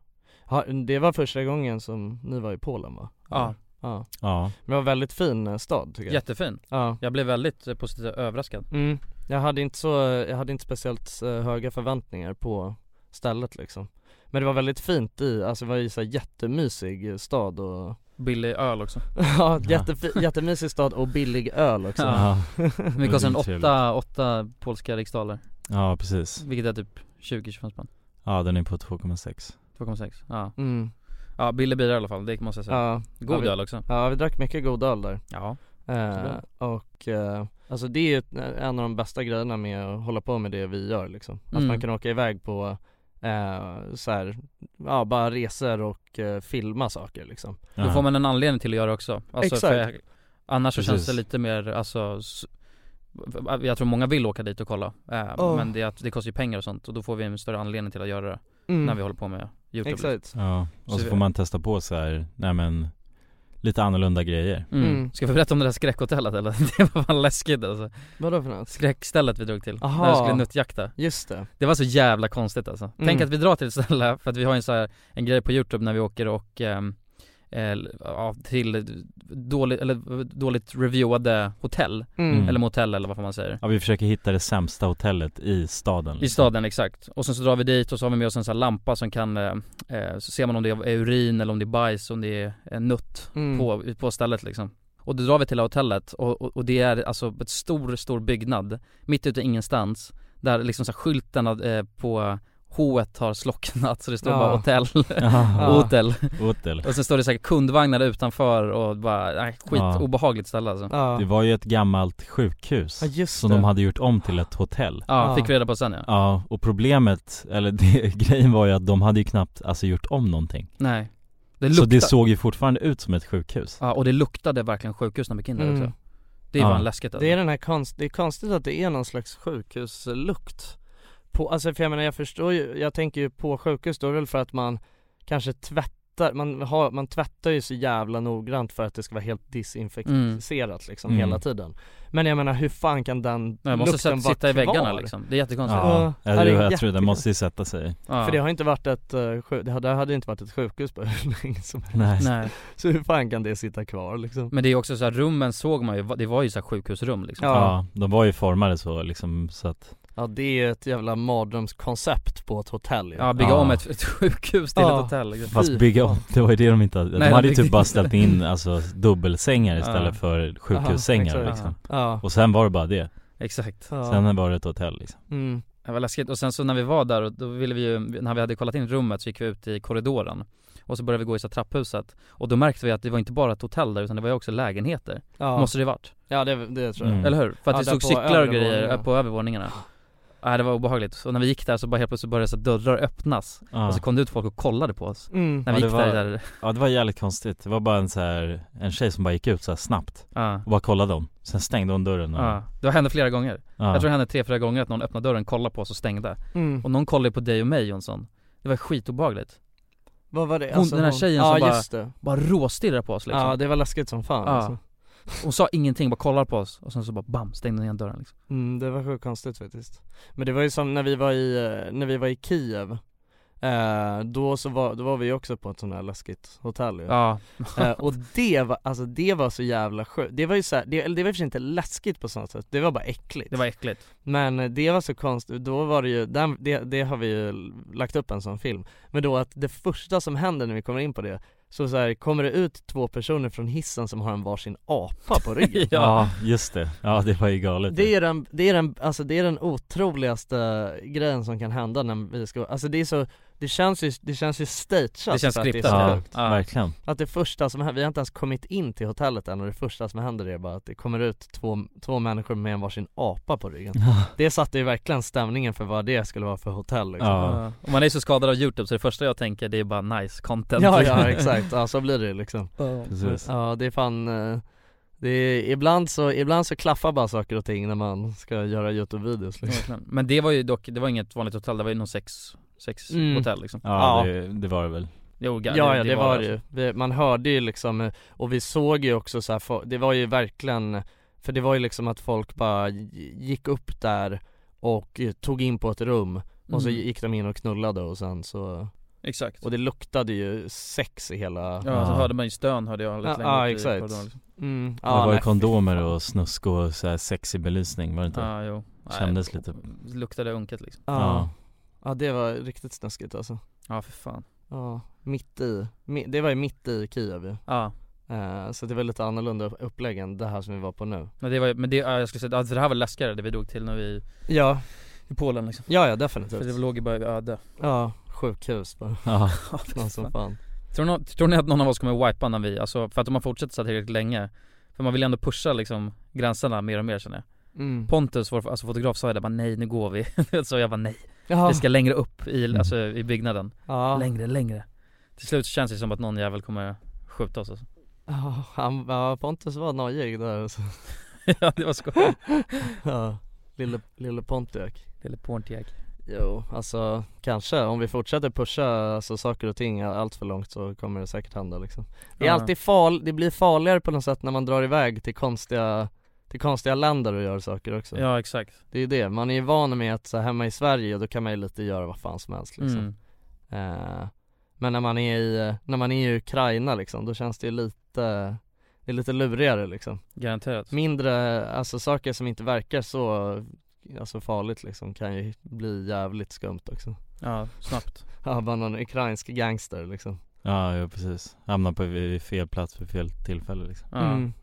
ha- det var första gången som ni var i Polen va? Ja. ja. Ja. Men det var en väldigt fin eh, stad tycker jag Jättefin. Ja. Jag blev väldigt eh, positivt överraskad Mm. Jag hade inte så, jag hade inte speciellt eh, höga förväntningar på stället liksom Men det var väldigt fint i, alltså det var ju så här jättemysig stad och Billig öl också Ja, jättefi- jättemysig stad och billig öl också Ja. Mycket kostar en Det är trevligt. åtta, åtta polska riksdaler Ja precis, Vilket är typ 20-25 spänn, ja den är på 2,6 2,6 ja. Mm. ja, billig bira i alla fall, det måste jag säga Ja. Alltså, God ja, vi, öl också Ja vi drack mycket god öl där Ja eh, Och eh, alltså det är ju ett- en av de bästa grejerna med att hålla på med det vi gör liksom Att Mm. man kan åka iväg på eh, så här, ja bara resor och eh, filma saker liksom Då får man en anledning till att göra också alltså, Exakt. för- Annars så känns Precis. det lite mer, alltså s- Jag tror många vill åka dit och kolla eh, Ja. Men det, är att det kostar ju pengar och sånt och då får vi en större anledning till att göra det Mm. När vi håller på med Youtube Exakt. Ja, och så, vi- får man testa på så här, nej men Lite annorlunda grejer mm. Mm. Ska vi berätta om det där skräckhotellet eller? Det var fan läskigt alltså Vadå för något? Skräckstället vi drog till, Aha. där vi skulle nuttjakta Just det. Det var så jävla konstigt alltså Tänk Mm. att vi drar till ett ställe, för att vi har en så här, en grej på youtube när vi åker och ehm, eh, ja, till dåligt, eller dåligt reviewade hotell Mm. Eller motell eller vad fan man säger Ja vi försöker hitta det sämsta hotellet i staden Mm. liksom. i staden exakt. Och sen så drar vi dit och så har vi med oss en sån här lampa som kan, eh, eh, så ser man om det är urin eller om det är bajs, om det är en nutt Mm. på, på stället liksom. Och då drar vi till hotellet och, och, och det är alltså ett stor, stor byggnad mitt ute i ingenstans. Där liksom så här skylten eh, på h har slocknat så det står Ja. bara hotell, Ja. hotell. Hotell. Och sen står det säkert kundvagnar utanför och bara, nej, skit Ja. obehagligt ställe alltså. Det var ju ett gammalt sjukhus Ja, just som det. de hade gjort om till ett hotell Ja, fick vi reda på sen ja. Ja, och problemet, eller det, grejen var ju att de hade ju knappt alltså gjort om någonting Nej. Det Så det luktar- såg ju fortfarande ut som ett sjukhus Ja och det luktade verkligen sjukhus när vi gick in där Mm. också Det Ja. var läskigt alltså. Det är den här konst, det är konstigt att det är någon slags sjukhuslukt på, alltså för jag menar jag förstår ju, jag tänker ju på sjukhus då är det väl för att man kanske tvättar, man, har, man tvättar ju så jävla noggrant för att det ska vara helt disinfekterat liksom Mm. hela tiden Men jag menar hur fan kan den Nej, man måste lukten sätta- vara sitta i väggarna, kvar? liksom. Det är jättekonstigt. Ja, Ja, jag, det tror- är jag tror det jättekonstigt. måste ju sätta sig För det har inte varit ett, eh, sjuk- det hade, det hade inte varit ett sjukhus på hur länge som Nej. helst Nej. Så hur fan kan det sitta kvar liksom? Men det är också så här, rummen såg man ju, det var ju så här sjukhusrum liksom ja. de var ju formade så liksom så att Ja det är ett jävla mardrömskoncept på ett hotell ju. Ja, bygga om ett, ett sjukhus till ett hotell liksom. Fast bygga om, det var ju det de inte hade, Nej, de de hade ju byggde typ bara inte. ställt in alltså dubbelsängar Ja. istället för sjukhussängar Ja, liksom exakt. Ja. Och sen var det bara det Exakt Sen var det ett hotell liksom Mm. Det var läskigt, och sen så när vi var där, och då ville vi ju, när vi hade kollat in rummet så gick vi ut i korridoren Och så började vi gå i så här trapphuset Och då märkte vi att det var inte bara ett hotell där utan det var ju också lägenheter Ja. Måste Mm. det varit Ja det, det tror jag Eller hur? För att det Ja, där stod på cyklar och grejer övervåningen. eh, på övervåningarna Nej det var obehagligt, och när vi gick där så bara helt plötsligt började så här dörrar öppnas Ja. Och så kom det ut folk och kollade på oss Mm. När vi gick Ja, det var, där, där Ja det var jävligt konstigt, det var bara en så här, en tjej som bara gick ut så här snabbt Ja. och bara kollade om, sen stängde hon dörren och, Ja, det hände flera gånger. Mm. Ja. Jag tror det hände tre, fyra gånger att någon öppnade dörren, kollade på oss och stängde. Mm. Och någon kollade på dig och mig Jonsson. Det var skitobehagligt. Vad var det? Alltså Hon, den här hon- tjejen ja, som just bara, det. bara råstirrar på oss liksom. Ja det var läskigt som fan Ja. alltså. Hon sa ingenting, bara kollar på oss och sen så bara bam, stängde hon igen dörren liksom. Mm, det var sjukt konstigt faktiskt. Men det var ju som när vi var i, eh, när vi var i Kiev eh, då, så var, då var vi ju också på ett sånt här läskigt hotell ju. Ja. eh, Och det var, alltså det var så jävla sjukt. Det var ju så här, det, eller det var i och för sig inte läskigt på sånt sätt, det var bara äckligt. Det var äckligt. Men eh, det var så konstigt, då var det ju, den, det, det har vi ju l- lagt upp en sån film. Men då att det första som händer när vi kommer in på det, så, så här, kommer det ut två personer från hissen som har en varsin apa på ryggen. ja, just det. Ja, det var ju galet. Det är den, det är den, alltså det är den otroligaste grejen som kan hända när vi ska, alltså det är så, det känns ju, det känns ju stageat Det känns för att är skriptat. så Ja, sjukt. ja. verkligen. Att det första som händer, vi har inte ens kommit in till hotellet än och det första som händer är bara att det kommer ut två, två människor med en varsin apa på ryggen Ja. Det satte ju verkligen stämningen för vad det skulle vara för hotell liksom. Ja. Och man är så skadad av youtube så det första jag tänker det är bara nice content Ja ja exakt, ja så blir det ju liksom Ja. Precis. Ja det är fan eh, det är, ibland, så, ibland så klaffar bara saker och ting när man ska göra Youtube-videos liksom. Verkligen. Men det var ju dock, det var inget vanligt hotell, det var ju någon sex, sex Mm. hotell liksom Ja, Ja. det, det var det väl. Jo, Ja, ga- ja det, var alltså. det ju. Vi, man hörde ju liksom, eh, och vi såg ju också så här, fo- det var ju verkligen, för det var ju liksom att folk bara g- gick upp där och eh, tog in på ett rum och så Mm. gick de in och knullade och sen så Exakt Och det luktade ju sex i hela Ja, så hörde man ju stön hörde jag lite Ja, längre ja, upp i exakt. korridoren, liksom. Mm. det var ju nej, kondomer och snusk och så här sexig belysning, var det inte? Ja, jo. Nej. Kändes lite. Luktade unket liksom Ja. Ja. ja. det var riktigt snuskigt alltså. Ja för fan Ja, mitt i. Mi- Det var ju mitt i Kiev ju. Ja. Eh, Så det var lite annorlunda upplägg än det här som vi var på nu. Men det var ju- men det, ja, jag skulle säga, alltså det här var läskigare det vi drog till när vi Ja. I Polen liksom Ja, ja definitivt. För det låg ju bara öde Ja, sjukhus bara. Ja. Någon som fan. Tror ni, tror ni att någon av oss kommer wipa när vi, alltså för att om man fortsätter så här tillräckligt länge För man vill ju ändå pusha liksom gränserna mer och mer känner jag Mm. Pontus, vår alltså, fotograf sa ju det bara nej nu går vi, så jag bara nej Ja. Vi ska längre upp Mm. i, alltså, i byggnaden Ja. Längre, längre Till slut så känns det som att någon jävel kommer skjuta oss alltså. Ja, han, ja, Pontus var nojig där så. Ja det var skoj Ja, lille, lille Pontiac Lille Pontiac Jo, alltså kanske om vi fortsätter pusha alltså, saker och ting allt för långt så kommer det säkert hända liksom Det är Ja. alltid fal, det blir farligare på något sätt när man drar iväg till konstiga, till konstiga länder och gör saker också Ja exakt Det är ju det, man är ju van med att så här, hemma i Sverige då kan man ju lite göra vad fan som helst liksom Mm. eh, Men när man är i, när man är i Ukraina liksom, då känns det ju lite, det är lite lurigare liksom Garanterat Mindre, alltså saker som inte verkar så Alltså farligt liksom kan ju bli jävligt skumt också Ja, snabbt Ja, bara någon ukrainsk gangster liksom Ja, ja precis. Hamnar på vid fel plats vid fel tillfälle liksom. Ja. Mm.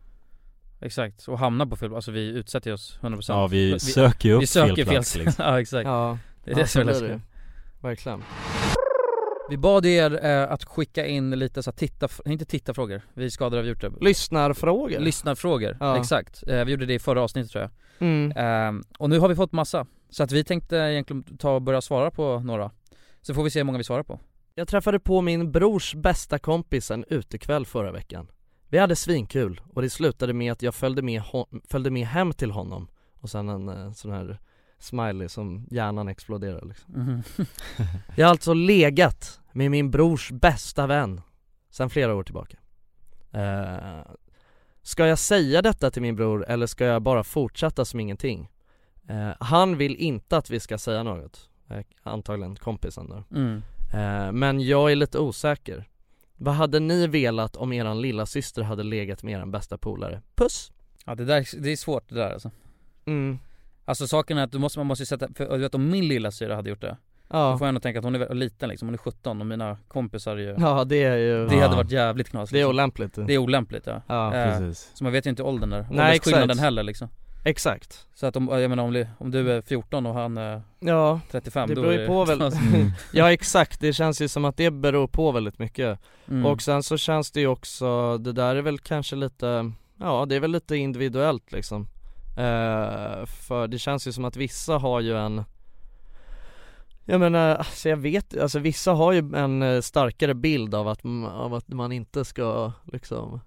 Exakt, och hamna på fel alltså vi utsätter ju oss 100% Ja, vi söker ju upp vi söker fel plats, liksom. Ja exakt Ja, Det är det som är blir det läskigt ju. Verkligen Vi bad er eh, att skicka in lite så här, titta, nej, inte tittarfrågor, vi är skadade av Youtube Lyssnarfrågor Lyssnarfrågor, Ja. exakt. Eh, vi gjorde det i förra avsnittet tror jag Mm. Ehm, Och nu har vi fått massa, så att vi tänkte egentligen ta och börja svara på några Så får vi se hur många vi svarar på Jag träffade på min brors bästa kompis en utekväll förra veckan. Vi hade svinkul och det slutade med att jag följde med, hon- följde med hem till honom och sen en eh, sån här smiley som hjärnan exploderar liksom. Mhm. jag har alltså legat med min brors bästa vän sen flera år tillbaka. Eh, ska jag säga detta till min bror eller ska jag bara fortsätta som ingenting? Eh, han vill inte att vi ska säga något. Eh, antagligen kompisen då. Mm. Eh, Men jag är lite osäker. Vad hade ni velat om eran lilla syster hade legat med eran bästa polare? Puss! Ja det där, det är svårt det där alltså Mm. Alltså saken är att du måste, man måste ju sätta, för du vet om min lilla syra hade gjort det Ja. Då får jag ändå tänka att hon är väl- liten liksom, hon är 17 och mina kompisar är ju Ja det är ju Det hade varit jävligt knas Det är olämpligt Det är olämpligt ja, Ja. Eh, Precis. Så man vet ju inte åldern där, Nej, åldersskillnaden exakt. heller liksom Exakt Så att om, jag menar om, om du är 14 och han är Ja, 35 det då beror är ju på väl Mm. Ja exakt, det känns ju som att det beror på väldigt mycket Mm. Och sen så känns det ju också, det där är väl kanske lite, ja det är väl lite individuellt liksom eh, För det känns ju som att vissa har ju en jag menar, alltså jag vet, alltså vissa har ju en eh, starkare bild av att, m- av att man inte ska liksom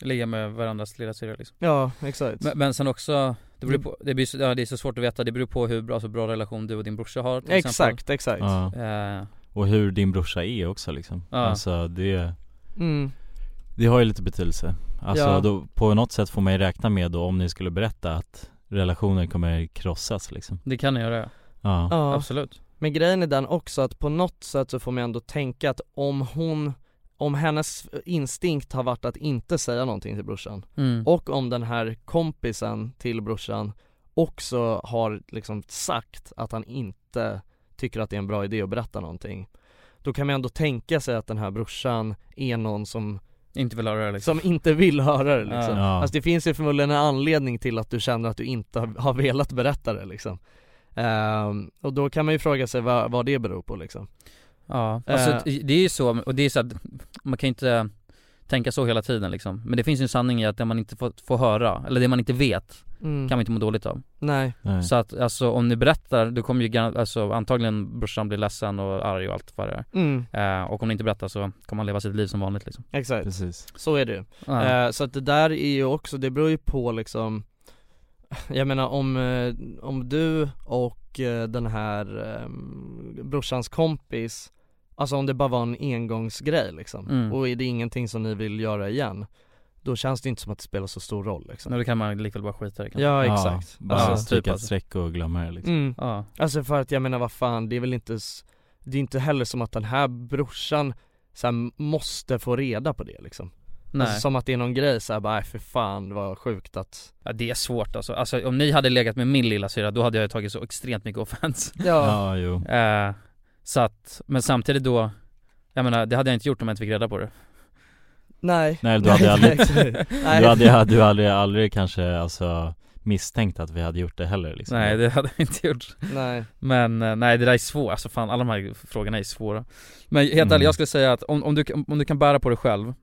Ligga med varandras lilla syrra liksom Ja, exakt men, men sen också, det Mm. beror på, det, blir, så- ja, det är så svårt att veta, det beror på hur bra, alltså, bra relation du och din brorsa har till Exakt, exempel. exakt Eh, Och hur din brorsa är också liksom Ja. Alltså det Mm. Det har ju lite betydelse Alltså Ja. då, på något sätt får man ju räkna med då om ni skulle berätta att relationen kommer krossas liksom Det kan ni göra ja. Ja, Absolut. Men grejen är den också att på något sätt så får man ändå tänka att om hon, om hennes instinkt har varit att inte säga någonting till brorsan Mm. och om den här kompisen till brorsan också har liksom sagt att han inte tycker att det är en bra idé att berätta någonting då kan man ändå tänka sig att den här brorsan är någon som Inte vill höra det liksom. som inte vill höra det liksom. Ja. Alltså det finns ju förmodligen en anledning till att du känner att du inte har- har velat berätta det liksom. Ehm, och då kan man ju fråga sig vad, vad det beror på liksom. Ja, alltså Eh. det- det är ju så, och det är så att man kan ju inte tänka så hela tiden liksom. Men det finns ju en sanning i att det man inte får, får höra, eller det man inte vet, Mm. kan man inte må dåligt av. Nej. Nej. Så att alltså om ni berättar, då kommer ju gar- alltså, antagligen brorsan bli ledsen och arg och allt vad det är. Mm. Eh, och om ni inte berättar så kommer han leva sitt liv som vanligt liksom. Exakt. Precis. Så är det ju. Ja. Eh, Så att det där är ju också, det beror ju på liksom Jag menar om, eh, om du och eh, den här eh, brorsans kompis Alltså om det bara var en engångsgrej liksom Mm. och är det ingenting som ni vill göra igen Då känns det inte som att det spelar så stor roll liksom Men då kan man likväl bara skita i det kanske. Ja exakt Bara Alltså, stryka typ ett streck och glömma det liksom Mm. Ja. Alltså för att jag menar vad fan, det är väl inte s- Det är inte heller som att den här brorsan så här, måste få reda på det liksom Nej. Alltså som att det är någon grej såhär bara, "Aj, för fan vad sjukt att Ja det är svårt alltså. alltså om ni hade legat med min lilla syra då hade jag ju tagit så extremt mycket offense Ja, jo Mm. eh, Så att, men samtidigt då Jag menar det hade jag inte gjort om jag inte fick reda på det Nej Nej du hade aldrig, Nej. du hade, du aldrig, aldrig kanske alltså misstänkt att vi hade gjort det heller liksom Nej det hade jag inte gjort Nej Men eh, nej det där är svårt, alltså fan alla de här frågorna är svåra Men helt Mm. ärligt jag skulle säga att om, om, du, om du kan bära på dig själv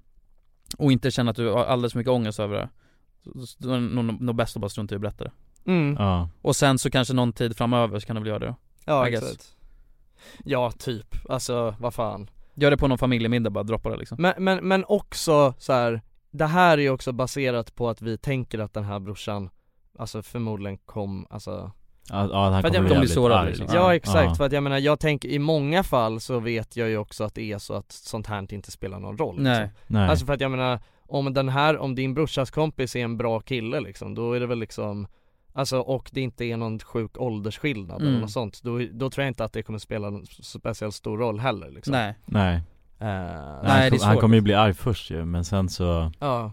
Och inte känna att du har alldeles för mycket ångest över det så- så- Då är det nog nog bäst att bara strunta i att berätta det Mm. Ja, Och sen så kanske någon tid framöver så kan du väl göra det då Ja I guess. exakt Ja typ, alltså vad fan Gör det på någon familjemiddag bara, droppa det liksom Men, men, men också så här. det här är ju också baserat på att vi tänker att den här brorsan Alltså förmodligen kom, alltså att, ja, att han För kommer att bli jag- de blir jävligt sårade, arg, liksom. Ja exakt, för att jag menar jag tänker i många fall så vet jag ju också att det är så att sånt här inte spelar någon roll Nej. liksom. Nej. Alltså för att jag menar om den här, om din brorsas kompis är en bra kille liksom, då är det väl liksom Alltså och det inte är någon sjuk åldersskillnad eller Mm. något sånt, då, då tror jag inte att det kommer spela någon speciellt stor roll heller liksom Nej Nej, Eh, han, det är kom, han svårt. kommer ju bli arg först ju, men sen så Ja.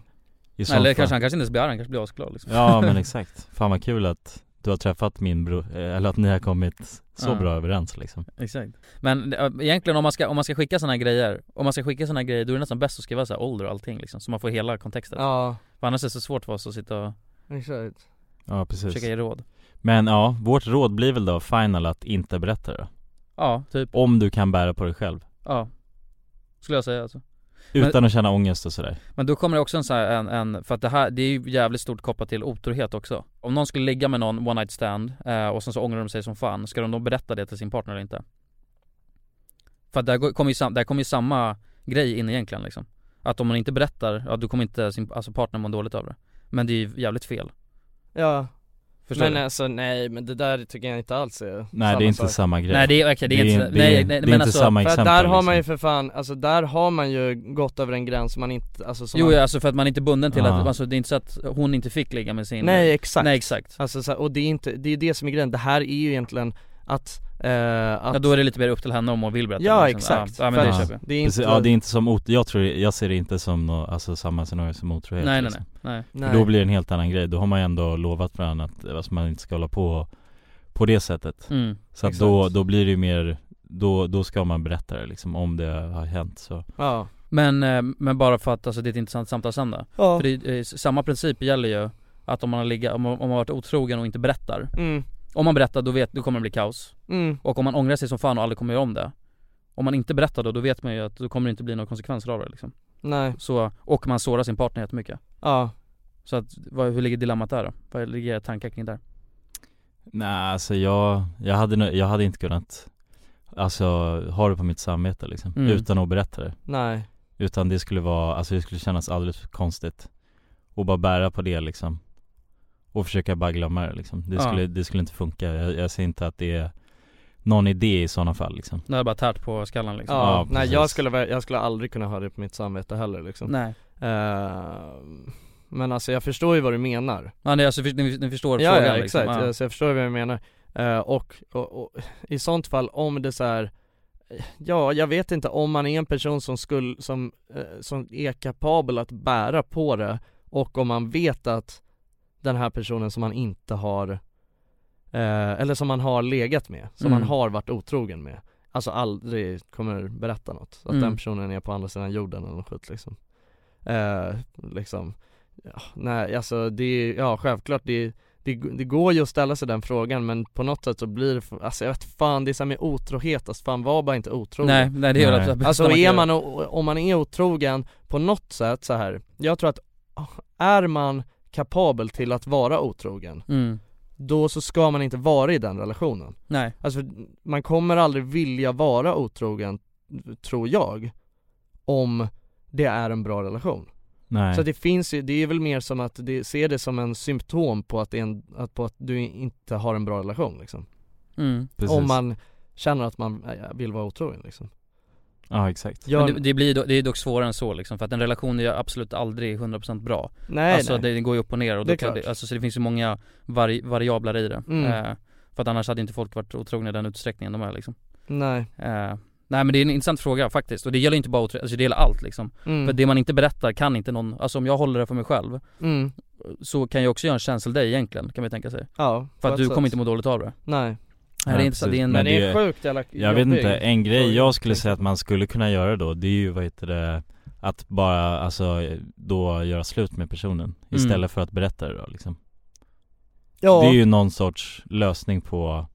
i så Nej, eller fall- kanske han kanske inte ens blir arg, han kanske blir asglad liksom Ja men exakt, fan vad kul att du har träffat min bror, eller att ni har kommit så Ja. bra överens liksom Exakt Men eh, egentligen om man ska, om man ska skicka såna här grejer Om man ska skicka såna här grejer då är det nästan bäst att skriva så här ålder och allting liksom Så man får hela kontexten Ja, För annars är det så svårt för oss att sitta och exakt Ja precis försöka ge råd Men ja, vårt råd blir väl då final att inte berätta det Ja, typ, Om du kan bära på dig själv ja Skulle jag säga alltså Utan Men- att känna ångest och sådär Men då kommer det också en sån här, en, en, för att det här, det är ju jävligt stort kopplat till otrohet också Om någon skulle ligga med någon one night stand eh, och sen så ångrar de sig som fan, ska de då berätta det till sin partner eller inte? För att där går- kommer ju, sam- där kommer ju samma grej in egentligen liksom Att om man inte berättar, ja då kommer inte sin alltså partner må dåligt av det Men det är ju jävligt fel Ja Förstår Men du? alltså nej men det där tycker jag inte alls är Nej det är inte sak. samma grej Nej det är, okej, det är inte, det är- nej, nej det är men inte alltså samma För att exempel där har man ju liksom. för fan, alltså där har man ju gått över en gräns som man inte, alltså som Jo man, ja, alltså för att man är inte är bunden till Ja. att, alltså det är inte så att hon inte fick ligga med sin Nej exakt, Nej exakt Alltså så här, och det är inte, det är det som är grejen, det här är ju egentligen att, eh, att Ja då är det lite mer upp till henne om hon vill berätta Ja, liksom. exakt. ja, ja men För det att- köper jag det är Precis, inte- Ja det är inte som, ot- jag tror, jag ser det inte som nå, alltså samma scenario som otrohet Nej nej liksom. nej, nej. För Då blir det en helt annan grej, då har man ju ändå lovat varandra att alltså, man inte ska hålla på på det sättet Mm, Så att exakt. då, då blir det ju mer, då, då ska man berätta det liksom om det har hänt så ja, Men, eh, men bara för att alltså, det är ett intressant samtal sen då. ja. För det, är- eh, s- samma princip gäller ju att om man, har ligga, om, man, om man har varit otrogen och inte berättar Mm, Om man berättar då, vet, då kommer det bli kaos mm, Och om man ångrar sig som fan och aldrig kommer göra om det Om man inte berättar då, då vet man ju att då kommer det inte bli några konsekvenser av det liksom nej, Så, och man sårar sin partner jättemycket ja, Så att, vad, hur ligger dilemmat där då? Vad ligger era tankar kring där? Nej alltså jag, jag hade, nog- jag hade inte kunnat Alltså ha det på mitt samvete liksom, Mm. utan att berätta det nej, Utan det skulle vara, alltså det skulle kännas alldeles för konstigt Och bara bära på det liksom Och försöka bara glömma det liksom Det Ja. skulle, det skulle inte funka, jag, jag ser inte att det är någon idé i sådana fall liksom. När det bara tärt på skallen liksom Ja, Ja, nej precis. jag skulle, vä- jag skulle aldrig kunna ha det på mitt samvete heller liksom Nej. Eh, Men alltså jag förstår ju vad du menar Ja, nej, alltså, för- ni, ni förstår Ja, frågan ja liksom. exakt, Ja. ja. så jag förstår vad du menar Eh, och, och, och i sånt fall om det så här Ja, jag vet inte om man är en person som skulle, som, eh, som är kapabel att bära på det och om man vet att den här personen som man inte har eh, eller som man har legat med, som Mm. man har varit otrogen med Alltså aldrig kommer berätta något, att Mm. den personen är på andra sidan jorden eller något skit liksom eh, Liksom, ja, nej alltså det är, ja självklart det är det, det går ju att ställa sig den frågan men på något sätt så blir det, alltså jag vet fan det är såhär med otrohet, alltså fan var bara inte otrogen Nej, nej, det är väl Nej. absolut det bästa Alltså man kan är göra. man, o- om man är otrogen på något sätt så här. jag tror att ah, är man kapabel till att vara otrogen Mm. då så ska man inte vara i den relationen Nej. Alltså för man kommer aldrig vilja vara otrogen, tror jag, om det är en bra relation Nej. så det finns ju, det är väl mer som att det, se det som en symptom på att, det är en, att, på att du inte har en bra relation liksom. Mm. Precis. Om man känner att man eh, vill vara otrogen liksom. Ja exakt Jag- Men det, det, blir, do- det är dock svårare än så liksom, för att en relation är ju absolut aldrig 100% bra Nej, Alltså nej. det går ju upp och ner och Det då är kan klart. det, alltså, så det finns ju många vari, variabler i det Mm. eh, För att annars hade inte folk varit otrogna i den utsträckningen de är liksom Nej. eh, Nej men det är en intressant fråga faktiskt, och det gäller inte bara otrohet, alltså det gäller allt liksom Mm. För det man inte berättar kan inte någon, alltså om jag håller det för mig själv Mm. Så kan jag också göra en tjänst till dig egentligen, kan man tänka sig Ja, på För att ett du sätt. kommer inte må dåligt av det Nej. Nej, det är intressant, det är en, Men det är sjukt jävla Jag vet jobbig inte, en grej jag skulle säga att man skulle kunna göra då Det är ju vad heter det Att bara alltså då göra slut med personen Istället för att berätta det då liksom Mm. Ja. Det är ju någon sorts lösning på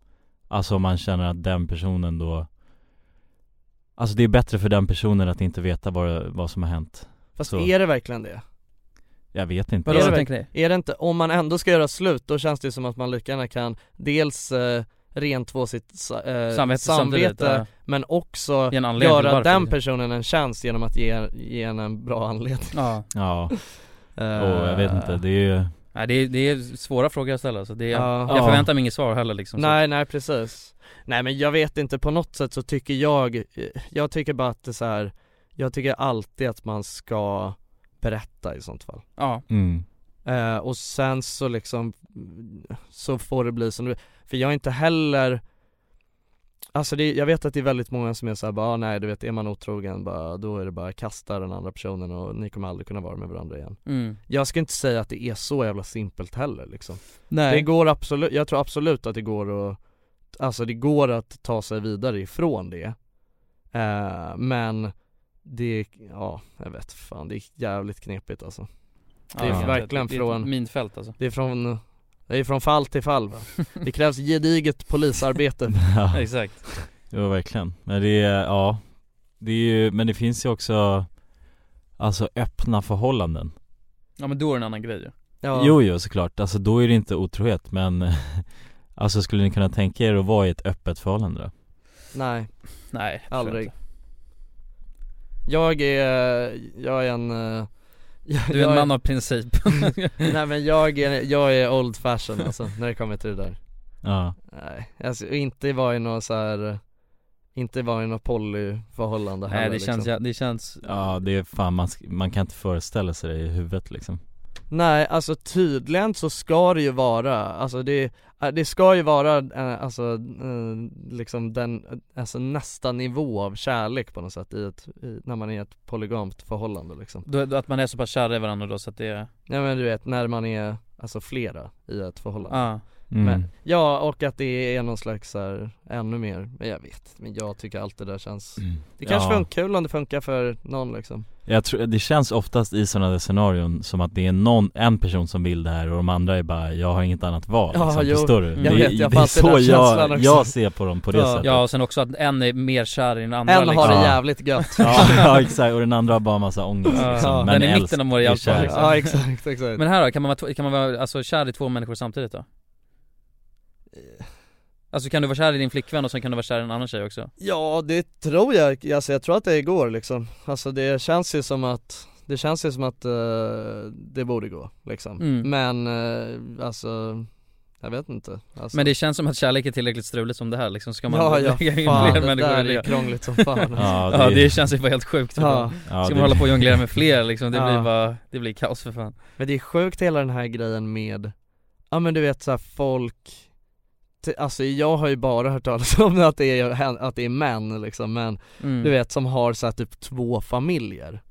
Alltså om man känner att den personen då Alltså det är bättre för den personen att inte veta vad, vad som har hänt Fast Så, är det verkligen det? Jag vet inte Är det verk- Är det inte, om man ändå ska göra slut då känns det som att man lika gärna kan dels eh, rentvå sitt sa- eh, Samvete samtidigt, ja. men också Ge en anledning till göra varför. den personen en chans genom att ge, ge henne en bra anledning Ja. Ja, Eh, och jag vet inte, det är ju Nej det är, det är svåra frågor att ställa så det är, Ja. jag förväntar mig inget svar heller liksom så. Nej nej precis Nej men jag vet inte, på något sätt så tycker jag, jag tycker bara att det är så här. jag tycker alltid att man ska berätta i sånt fall Ja. Mm. Eh, och sen så liksom, så får det bli som det För jag är inte heller Alltså det, jag vet att det är väldigt många som är såhär bara, ah, nej du vet är man otrogen bara, då är det bara kasta den andra personen och ni kommer aldrig kunna vara med varandra igen Mm. Jag ska inte säga att det är så jävla simpelt heller liksom Nej. Det går absolut, jag tror absolut att det går att, alltså det går att ta sig vidare ifrån det Eh, Men det, ja jag vet fan, det är jävligt knepigt alltså Det är Ja. verkligen Det- det är ett från minfält, alltså. Det är från, det är från fall till fall va? Det krävs gediget polisarbete Ja. Exakt Jo verkligen, men det är, ja Det är ju, men det finns ju också Alltså öppna förhållanden Ja men då är det en annan grej ju Jo jo såklart, alltså då är det inte otrohet men Alltså skulle ni kunna tänka er att vara i ett öppet förhållande då? Nej Nej, det tror jag aldrig Jag är, jag är en eh, jag, Du är en jag man av princip Nej men jag är, jag är old fashion alltså, när det kommer till det där Ja. Nej, alltså inte vara i någon så här Inte vara i något polyförhållande Nej, heller, det känns liksom. jä- det känns Ja det är fan, man, sk- man kan inte föreställa sig det i huvudet liksom Nej alltså tydligen så ska det ju vara, alltså det, eh, det ska ju vara eh, alltså eh, liksom den, alltså nästa nivå av kärlek på något sätt i ett, i, när man är i ett polygamt förhållande liksom Då- då Att man är så pass kära i varandra då så att det är Ja men du vet när man är, alltså flera i ett förhållande Ja. Mm. men, Ja och att det är någon slags så här, ännu mer, men jag vet men jag tycker allt det där känns Det kanske Ja. funkar kul om det funkar för någon liksom Jag tror, det känns oftast i sådana där scenarion som att det är någon, en person som vill det här och de andra är bara 'Jag har inget annat val' Ja, liksom, jo. förstår du? Jag det, vet, jag det är fattar den så känslan jag, också. jag ser på dem på det ja. sättet Ja och sen också att en är mer kär i den andra En har det liksom. jävligt gött Ja, ja exakt, och den andra har bara massa ångest Ja. liksom. Den i mitten av våra är hjältar, kär. liksom. Ja, exakt, exakt. Men här då, kan man vara, två- kan man vara alltså, kär i två människor samtidigt då? Alltså kan du vara kär i din flickvän och sen kan du vara kär i en annan tjej också? Mm. Ja det tror jag, alltså jag tror att det går liksom Alltså det känns ju som att Det känns ju som att eh, det borde gå liksom Mm. Men eh, alltså Jag vet inte alltså. Men det känns som att kärlek är tillräckligt struligt som det här liksom, ska man Ja, ja, lägga in fan, fler det människor där i är krångligt som fan, alltså. ja, Ja, det... det- känns ju bara helt sjukt Ja. ja. Ja, Ska det- man hålla på och jonglera med fler liksom, det Ja. blir bara, det blir kaos för fan Men det är sjukt hela den här grejen med, ja men du vet såhär folk t- Alltså jag har ju bara hört talas om att det är, hän- att det är män liksom men Mm. du vet som har såhär typ två familjer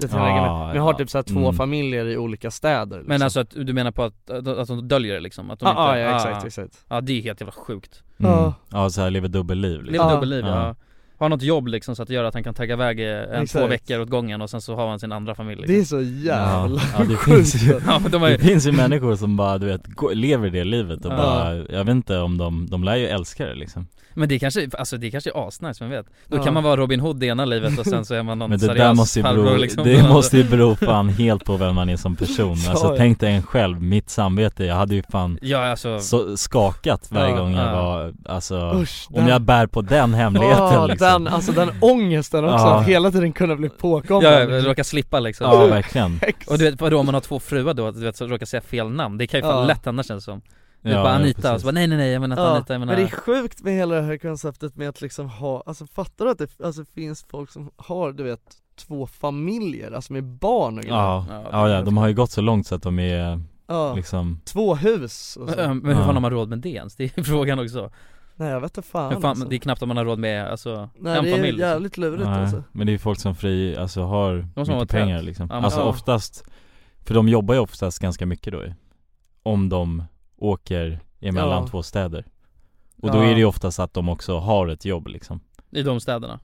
det tror jag Ah, jag men jag har ja. typ såhär två Mm. familjer i olika städer liksom. Men alltså att, du menar på att, att att de döljer det liksom? Att de Ja, inte, ah. ja, ja, exakt, exakt. Ja det är helt jävla sjukt Mm. Ja. Ja så här lever dubbelliv liksom. Lever dubbelliv ja. Har något jobb liksom så att det gör att han kan tagga iväg eh, en, två Exakt. veckor åt gången och sen så har han sin andra familj liksom. Det är så jävla Ja, det sjukt finns ju, Ja, men de har ju- det finns ju människor som bara du vet, går- lever det livet och Ja. bara, jag vet inte om de, de lär ju älska det liksom Men det kanske, alltså det kanske är asnice, vem vet? Då Ja. kan man vara Robin Hood det ena livet och sen så är man någon Men det där seriös måste ju bero, farbror, liksom. det måste ju bero fan helt på vem man är som person Ja, Alltså ja. tänk dig en själv, mitt samvete, jag hade ju fan Ja, alltså- så, skakat varje Ja, gång jag ja. var, alltså Usch, om den- jag bär på den hemligheten Ja, liksom den, alltså den ångesten också, Ja. att hela tiden kunna bli påkommen Ja, ja, råka slippa liksom Ja, verkligen. Och du vet vadå om man har två fruar då, du vet så råkar säga fel namn, det kan ju fan Ja. lätt annars känns det som Du Ja, bara alltså. ja, Anita, och precis. så bara nej nej nej jag menar inte Ja, Anita, jag menar Men det är sjukt med hela det här konceptet med att liksom ha, alltså fattar du att det alltså, finns folk som har du vet två familjer, alltså med barn och Ja, ja, ja, de har ju gått så långt så att de är Ja. liksom Två hus och så. alltså. Men hur fan har man råd med det ens? Det är frågan också Nej jag vet inte fan, Hur alltså. Det är knappt om man har råd med alltså, Nej, en det är familj liksom. jävligt lurigt Nej, alltså Men det är ju folk som fri, alltså har har mycket varit pengar rätt. liksom Ja, men- Alltså Ja. oftast, för de jobbar ju oftast ganska mycket då ju. Om de åker emellan Ja. två städer Och då Ja. är det ju oftast att de också har ett jobb liksom I de städerna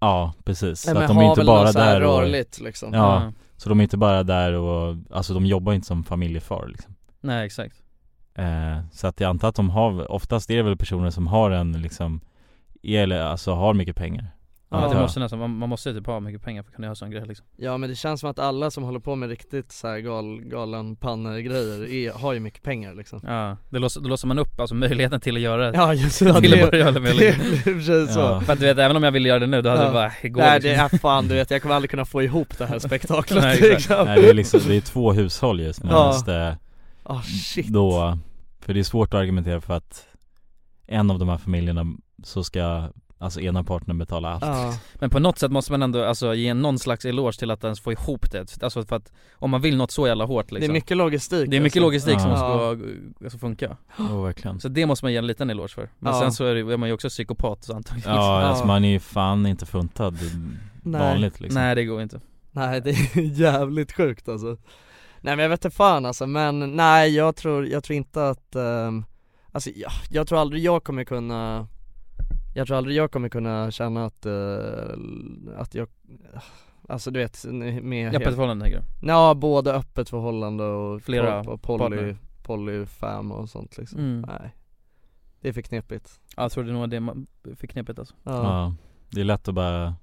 Ja precis, Nej, så men att de har är inte väl bara något så här där och, rörligt, liksom. Ja, Ja. så de är inte bara där och, alltså de jobbar inte som familjefar liksom Nej exakt Eh, så att jag antar att de har, oftast är det väl personer som har en liksom, eller alltså har mycket pengar Ja, Antar det jag. måste nästan, man, man måste ju typ ha mycket pengar för att kunna göra sån grej liksom Ja men det känns som att alla som håller på med riktigt så här gal, galen panne-grejer är- har ju mycket pengar liksom Ja, det låser, då låser man upp alltså möjligheten till att göra Ja, just det. Till Det- att börja med det liksom. blir i och för sig så. För att du vet, även om jag ville göra det nu då hade Ja. det bara, det går Nej liksom. det är fan du vet, jag kommer aldrig kunna få ihop det här spektaklet Nej, exakt. liksom. Nej det är liksom, det är två hushåll just nu Ja. måste Ah, shit. då, för det är svårt att argumentera för att en av de här familjerna så ska, alltså ena partnern betala allt Men på något sätt måste man ändå alltså, ge någon slags eloge till att ens få ihop det, alltså för att om man vill något så jävla hårt liksom. Det är mycket logistik Det är mycket alltså. logistik som Ja. ska alltså, funka oh, verkligen Så det måste man ge en liten eloge för, men Ja. sen så är, det, är man ju också psykopat så antagligen Ja, alltså man är ju fan inte funtad Nej. vanligt liksom Nej det går inte Nej det är jävligt sjukt alltså Nej men jag vet inte fan alltså men nej jag tror, jag tror inte att, um, alltså jag, jag tror aldrig jag kommer kunna Jag tror aldrig jag kommer kunna känna att, eh, att jag, alltså du vet med Öppet förhållande, tänker du? Ja både öppet förhållande och Flera och poly, partner. polyfam och sånt liksom, Mm. nej Det är för knepigt Ja, jag tror det är nog det man, för knepigt alltså Ja. Ja, det är lätt att bara,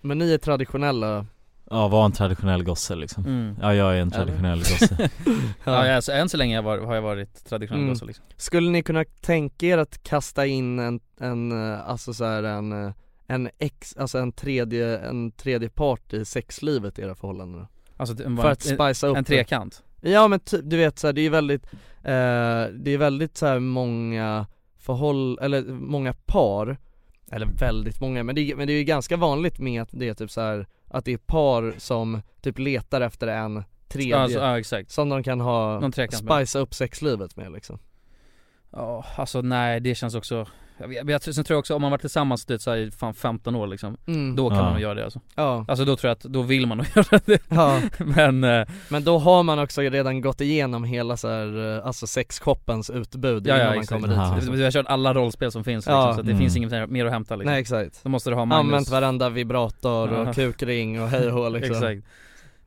Men ni är traditionella ja vara en traditionell gosse liksom Mm. Ja jag är en Eller? traditionell gosse Ja, alltså, än så länge har jag varit- har jag varit traditionell Mm. gosse liksom Skulle ni kunna tänka er att kasta in en, en eh, alltså så här en, eh, en ex, alltså en tredje, en tredje part i sexlivet i era förhållanden då? Alltså, en- För att en- spicea upp en det. trekant? Ja men typ, du vet så här, det är väldigt, eh, det är väldigt så här många förhåll, eller många par eller väldigt många, men det, är- men det är ju ganska vanligt med att det är typ så här att det är par som typ letar efter en tredje Ja, så- Alltså, ja, exakt. som de kan ha, Någon trekant med. spicea upp sexlivet med liksom Ja, alltså nej det känns också jag vet, jag, Sen tror jag också om man varit tillsammans typ, så här, i fan 15 år liksom Mm. Då kan Ja. man nog göra det alltså Ja. Alltså då tror jag att, då vill man nog göra det Ja. Men eh, Men då har man också redan gått igenom hela så här, eh, alltså sexshoppens utbud ja, innan ja, man exakt. kommer dit Du- Du har kört alla rollspel som finns Ja. liksom, så att det Mm. finns inget mer att hämta liksom. Nej exakt Då måste du ha Magnus Använt varenda vibrator och Ja. kukring och hej och hå, liksom Exakt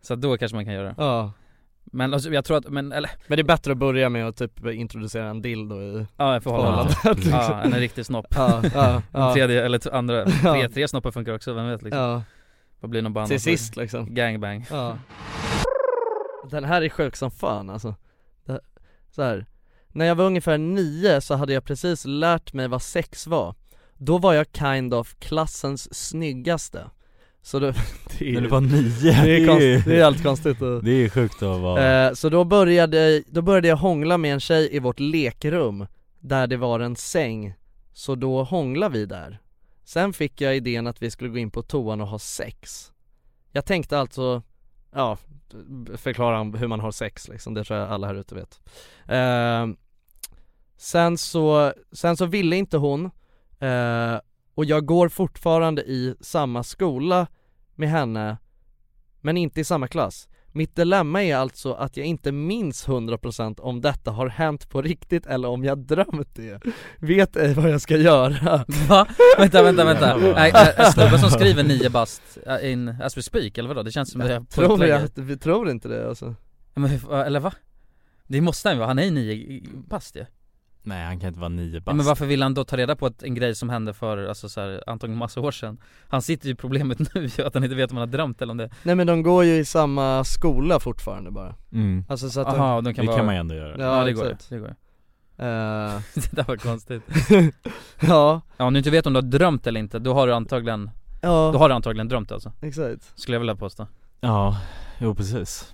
Så att då kanske man kan göra det Ja Men alltså, jag tror att, men eller Men det är bättre att börja med att typ introducera en dildo i Ja, i förhållande. förhållandet, Ja, en riktig snopp. ja, ja, ja. En tredje, eller t- andra, Ja. tre, tre snoppar funkar också, vem vet liksom. Ja. Vad blir någon band? Till sist, liksom. Gangbang. Ja. Den här är sjuk som fan alltså Det- så här. När jag var ungefär nio så hade jag precis lärt mig vad sex var Då var jag kind of klassens snyggaste Så det, det är När du ju- var nio, Det är, konst, ju- det är helt konstigt att- Det är sjukt att vara Eh, Så då började, då började jag hångla med en tjej i vårt lekrum Där det var en säng Så då hånglade vi där Sen fick jag idén att vi skulle gå in på toan och ha sex Jag tänkte alltså, ja, förklara om hur man har sex liksom, det tror jag alla här ute vet eh, Sen så, sen så ville inte hon eh, Och jag går fortfarande i samma skola med henne men inte i samma klass. Mitt dilemma är alltså att jag inte minns 100% om detta har hänt på riktigt eller om jag drömt det. Vet ej vad jag ska göra. Va? Vänta, vänta, vänta. Nej, eh, snubben som skriver nio bast eh, in as we speak, eller vadå? Det känns som det är Jag tror, jag, punktläge. vi tror inte det alltså. Men hur- Eller va? Det måste han ju vara, han är ju nio i- bast ju. Nej han kan inte vara nio Ja, bast men varför vill han då ta reda på att en grej som hände för, alltså så här, antagligen massa år sedan? Han sitter ju i problemet nu ju, att han inte vet om han har drömt eller om det Nej men de går ju i samma skola fortfarande bara. Mm. Alltså så att Aha, de kan Det bara- kan man ju ändå göra. Ja, det går ju, exakt. det går ju. Eh, Det där var konstigt Ja Ja om du inte vet om du har drömt eller inte, då har du antagligen Ja. Då har du antagligen drömt alltså Exakt. Skulle jag vilja påstå Ja, jo precis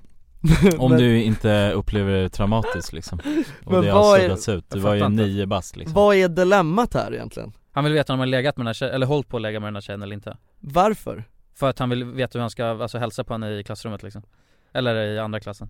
Om Men- du inte upplever det traumatiskt liksom Och Men det vad har är- alltså suddats ut, du Jag var ju fattar inte. nio bast liksom Vad är dilemmat här egentligen? Han vill veta om han har legat med den här tjejen, eller hållit på att lägga med den här tjejen eller inte Varför? För att han vill veta hur han ska, alltså hälsa på henne i klassrummet liksom Eller i andra klassen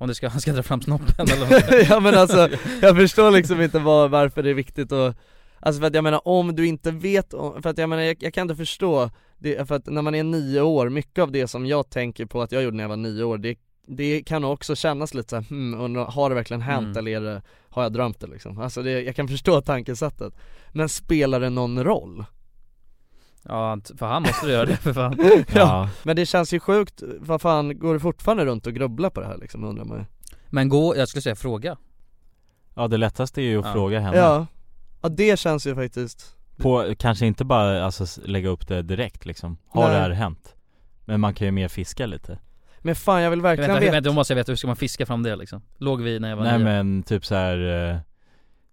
Om det ska, han ska dra fram snoppen eller ja men alltså, jag förstår liksom inte var, varför det är viktigt att Alltså för att jag menar om du inte vet, om- för att jag menar jag, jag kan inte förstå det, För att när man är nio år, mycket av det som jag tänker på att jag gjorde när jag var nio år Det, det kan också kännas lite såhär, hmm, undrar, har det verkligen hänt Mm. eller är det, har jag drömt det liksom? Alltså det, jag kan förstå tankesättet Men spelar det någon roll? Ja, för han måste göra det för fan ja. men det känns ju sjukt, vad fan, går du fortfarande runt och grubblar på det här liksom undrar man ju Men gå, jag skulle säga fråga Ja det lättaste är ju att Ja. fråga henne Ja, ja det känns ju faktiskt På, kanske inte bara alltså, s- lägga upp det direkt liksom, har Nej. det här hänt? Men man kan ju mer fiska lite Men fan jag vill verkligen vänta, veta vänta, då måste jag veta hur ska man fiska fram det liksom? Låg vi när jag var Nej nio? men typ så här. eh,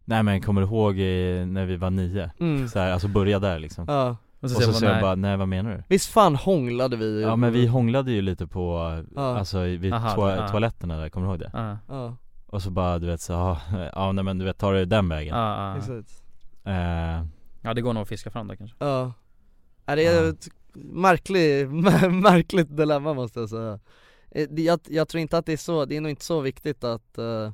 Nej men kommer du ihåg i, när vi var nio? Mm. Så här, alltså börja där liksom Ja. Och så, och så, säger jag bara, nej vad menar du? Visst fan hånglade vi? Ja men vi hånglade ju lite på, Ja. alltså i- vid Aha, toa- ja. toaletterna där, kommer du ihåg det? Ja. Ja. Och så bara du vet så, ja, ja nej men du vet tar det den vägen Ja, ja, ja. Exakt. Eh, Ah, Ja det går nog att fiska fram det kanske Ja. Ja, det är ett märkligt, märkligt dilemma måste jag säga. Eh, det- Jag, jag tror inte att det är så, det är nog inte så viktigt att, eh,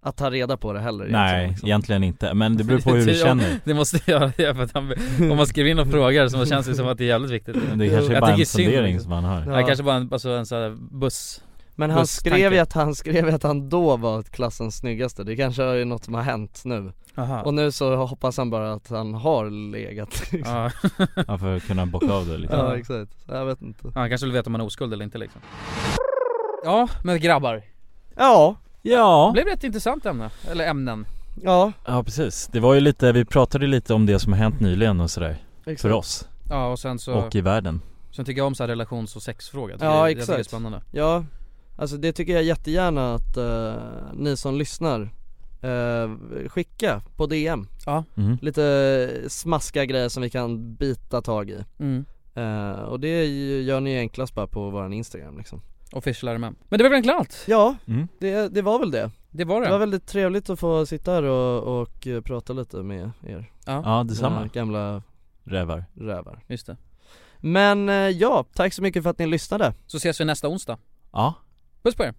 att ta reda på det heller liksom. Nej, egentligen inte, men det beror på hur du känner Det måste jag göra det, för att han, om man skriver in och frågar så känns det som att det är jävligt viktigt Men det kanske är Jag bara tycker en synd, fundering liksom. som man har. Ja, Ja. kanske bara en, alltså en sån här buss Men han busstanke. skrev, ju att, han skrev ju att han då var klassens snyggaste, det kanske är något som har hänt nu Aha. Och nu så hoppas han bara att han har legat liksom. Ja. Ja, för att kunna bocka av det liksom. Ja exakt, jag vet inte Han kanske vill veta om man är oskuld eller inte liksom Ja, men grabbar Ja Ja Det blev ett intressant ämne, eller ämnen Ja Ja precis, det var ju lite, vi pratade lite om det som har hänt nyligen och sådär Exakt. För oss Ja och sen så Och i världen Sen tycker jag om så här relations och sexfrågor, Jag tycker Ja det, exakt Jag tycker det är spännande Ja, alltså det tycker jag jättegärna att eh, ni som lyssnar eh, skicka på DM Ja Mm. Lite smaskiga grejer som vi kan bita tag i Mm. Eh, Och det gör ni enklast bara på våran Instagram liksom Official med. Men det var väl egentligen allt? Ja, Mm. det, det var väl det Det var det Det var väldigt trevligt att få sitta här och, och eh, prata lite med er Ja. Ja, detsamma. Mina gamla Rävar rävar Just det Men eh, ja, tack så mycket för att ni lyssnade Så ses vi nästa onsdag Ja Puss på er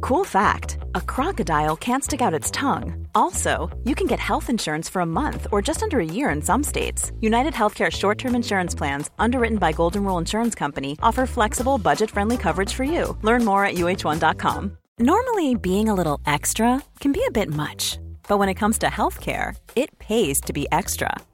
Cool fact a crocodile can't stick out its tongue. Also, you can get health insurance for a month or just under a year in some states. United Healthcare short term insurance plans, underwritten by Golden Rule Insurance Company, offer flexible, budget friendly coverage for you. Learn more at uh1.com. Normally, being a little extra can be a bit much, But when it comes to healthcare, it pays to be extra.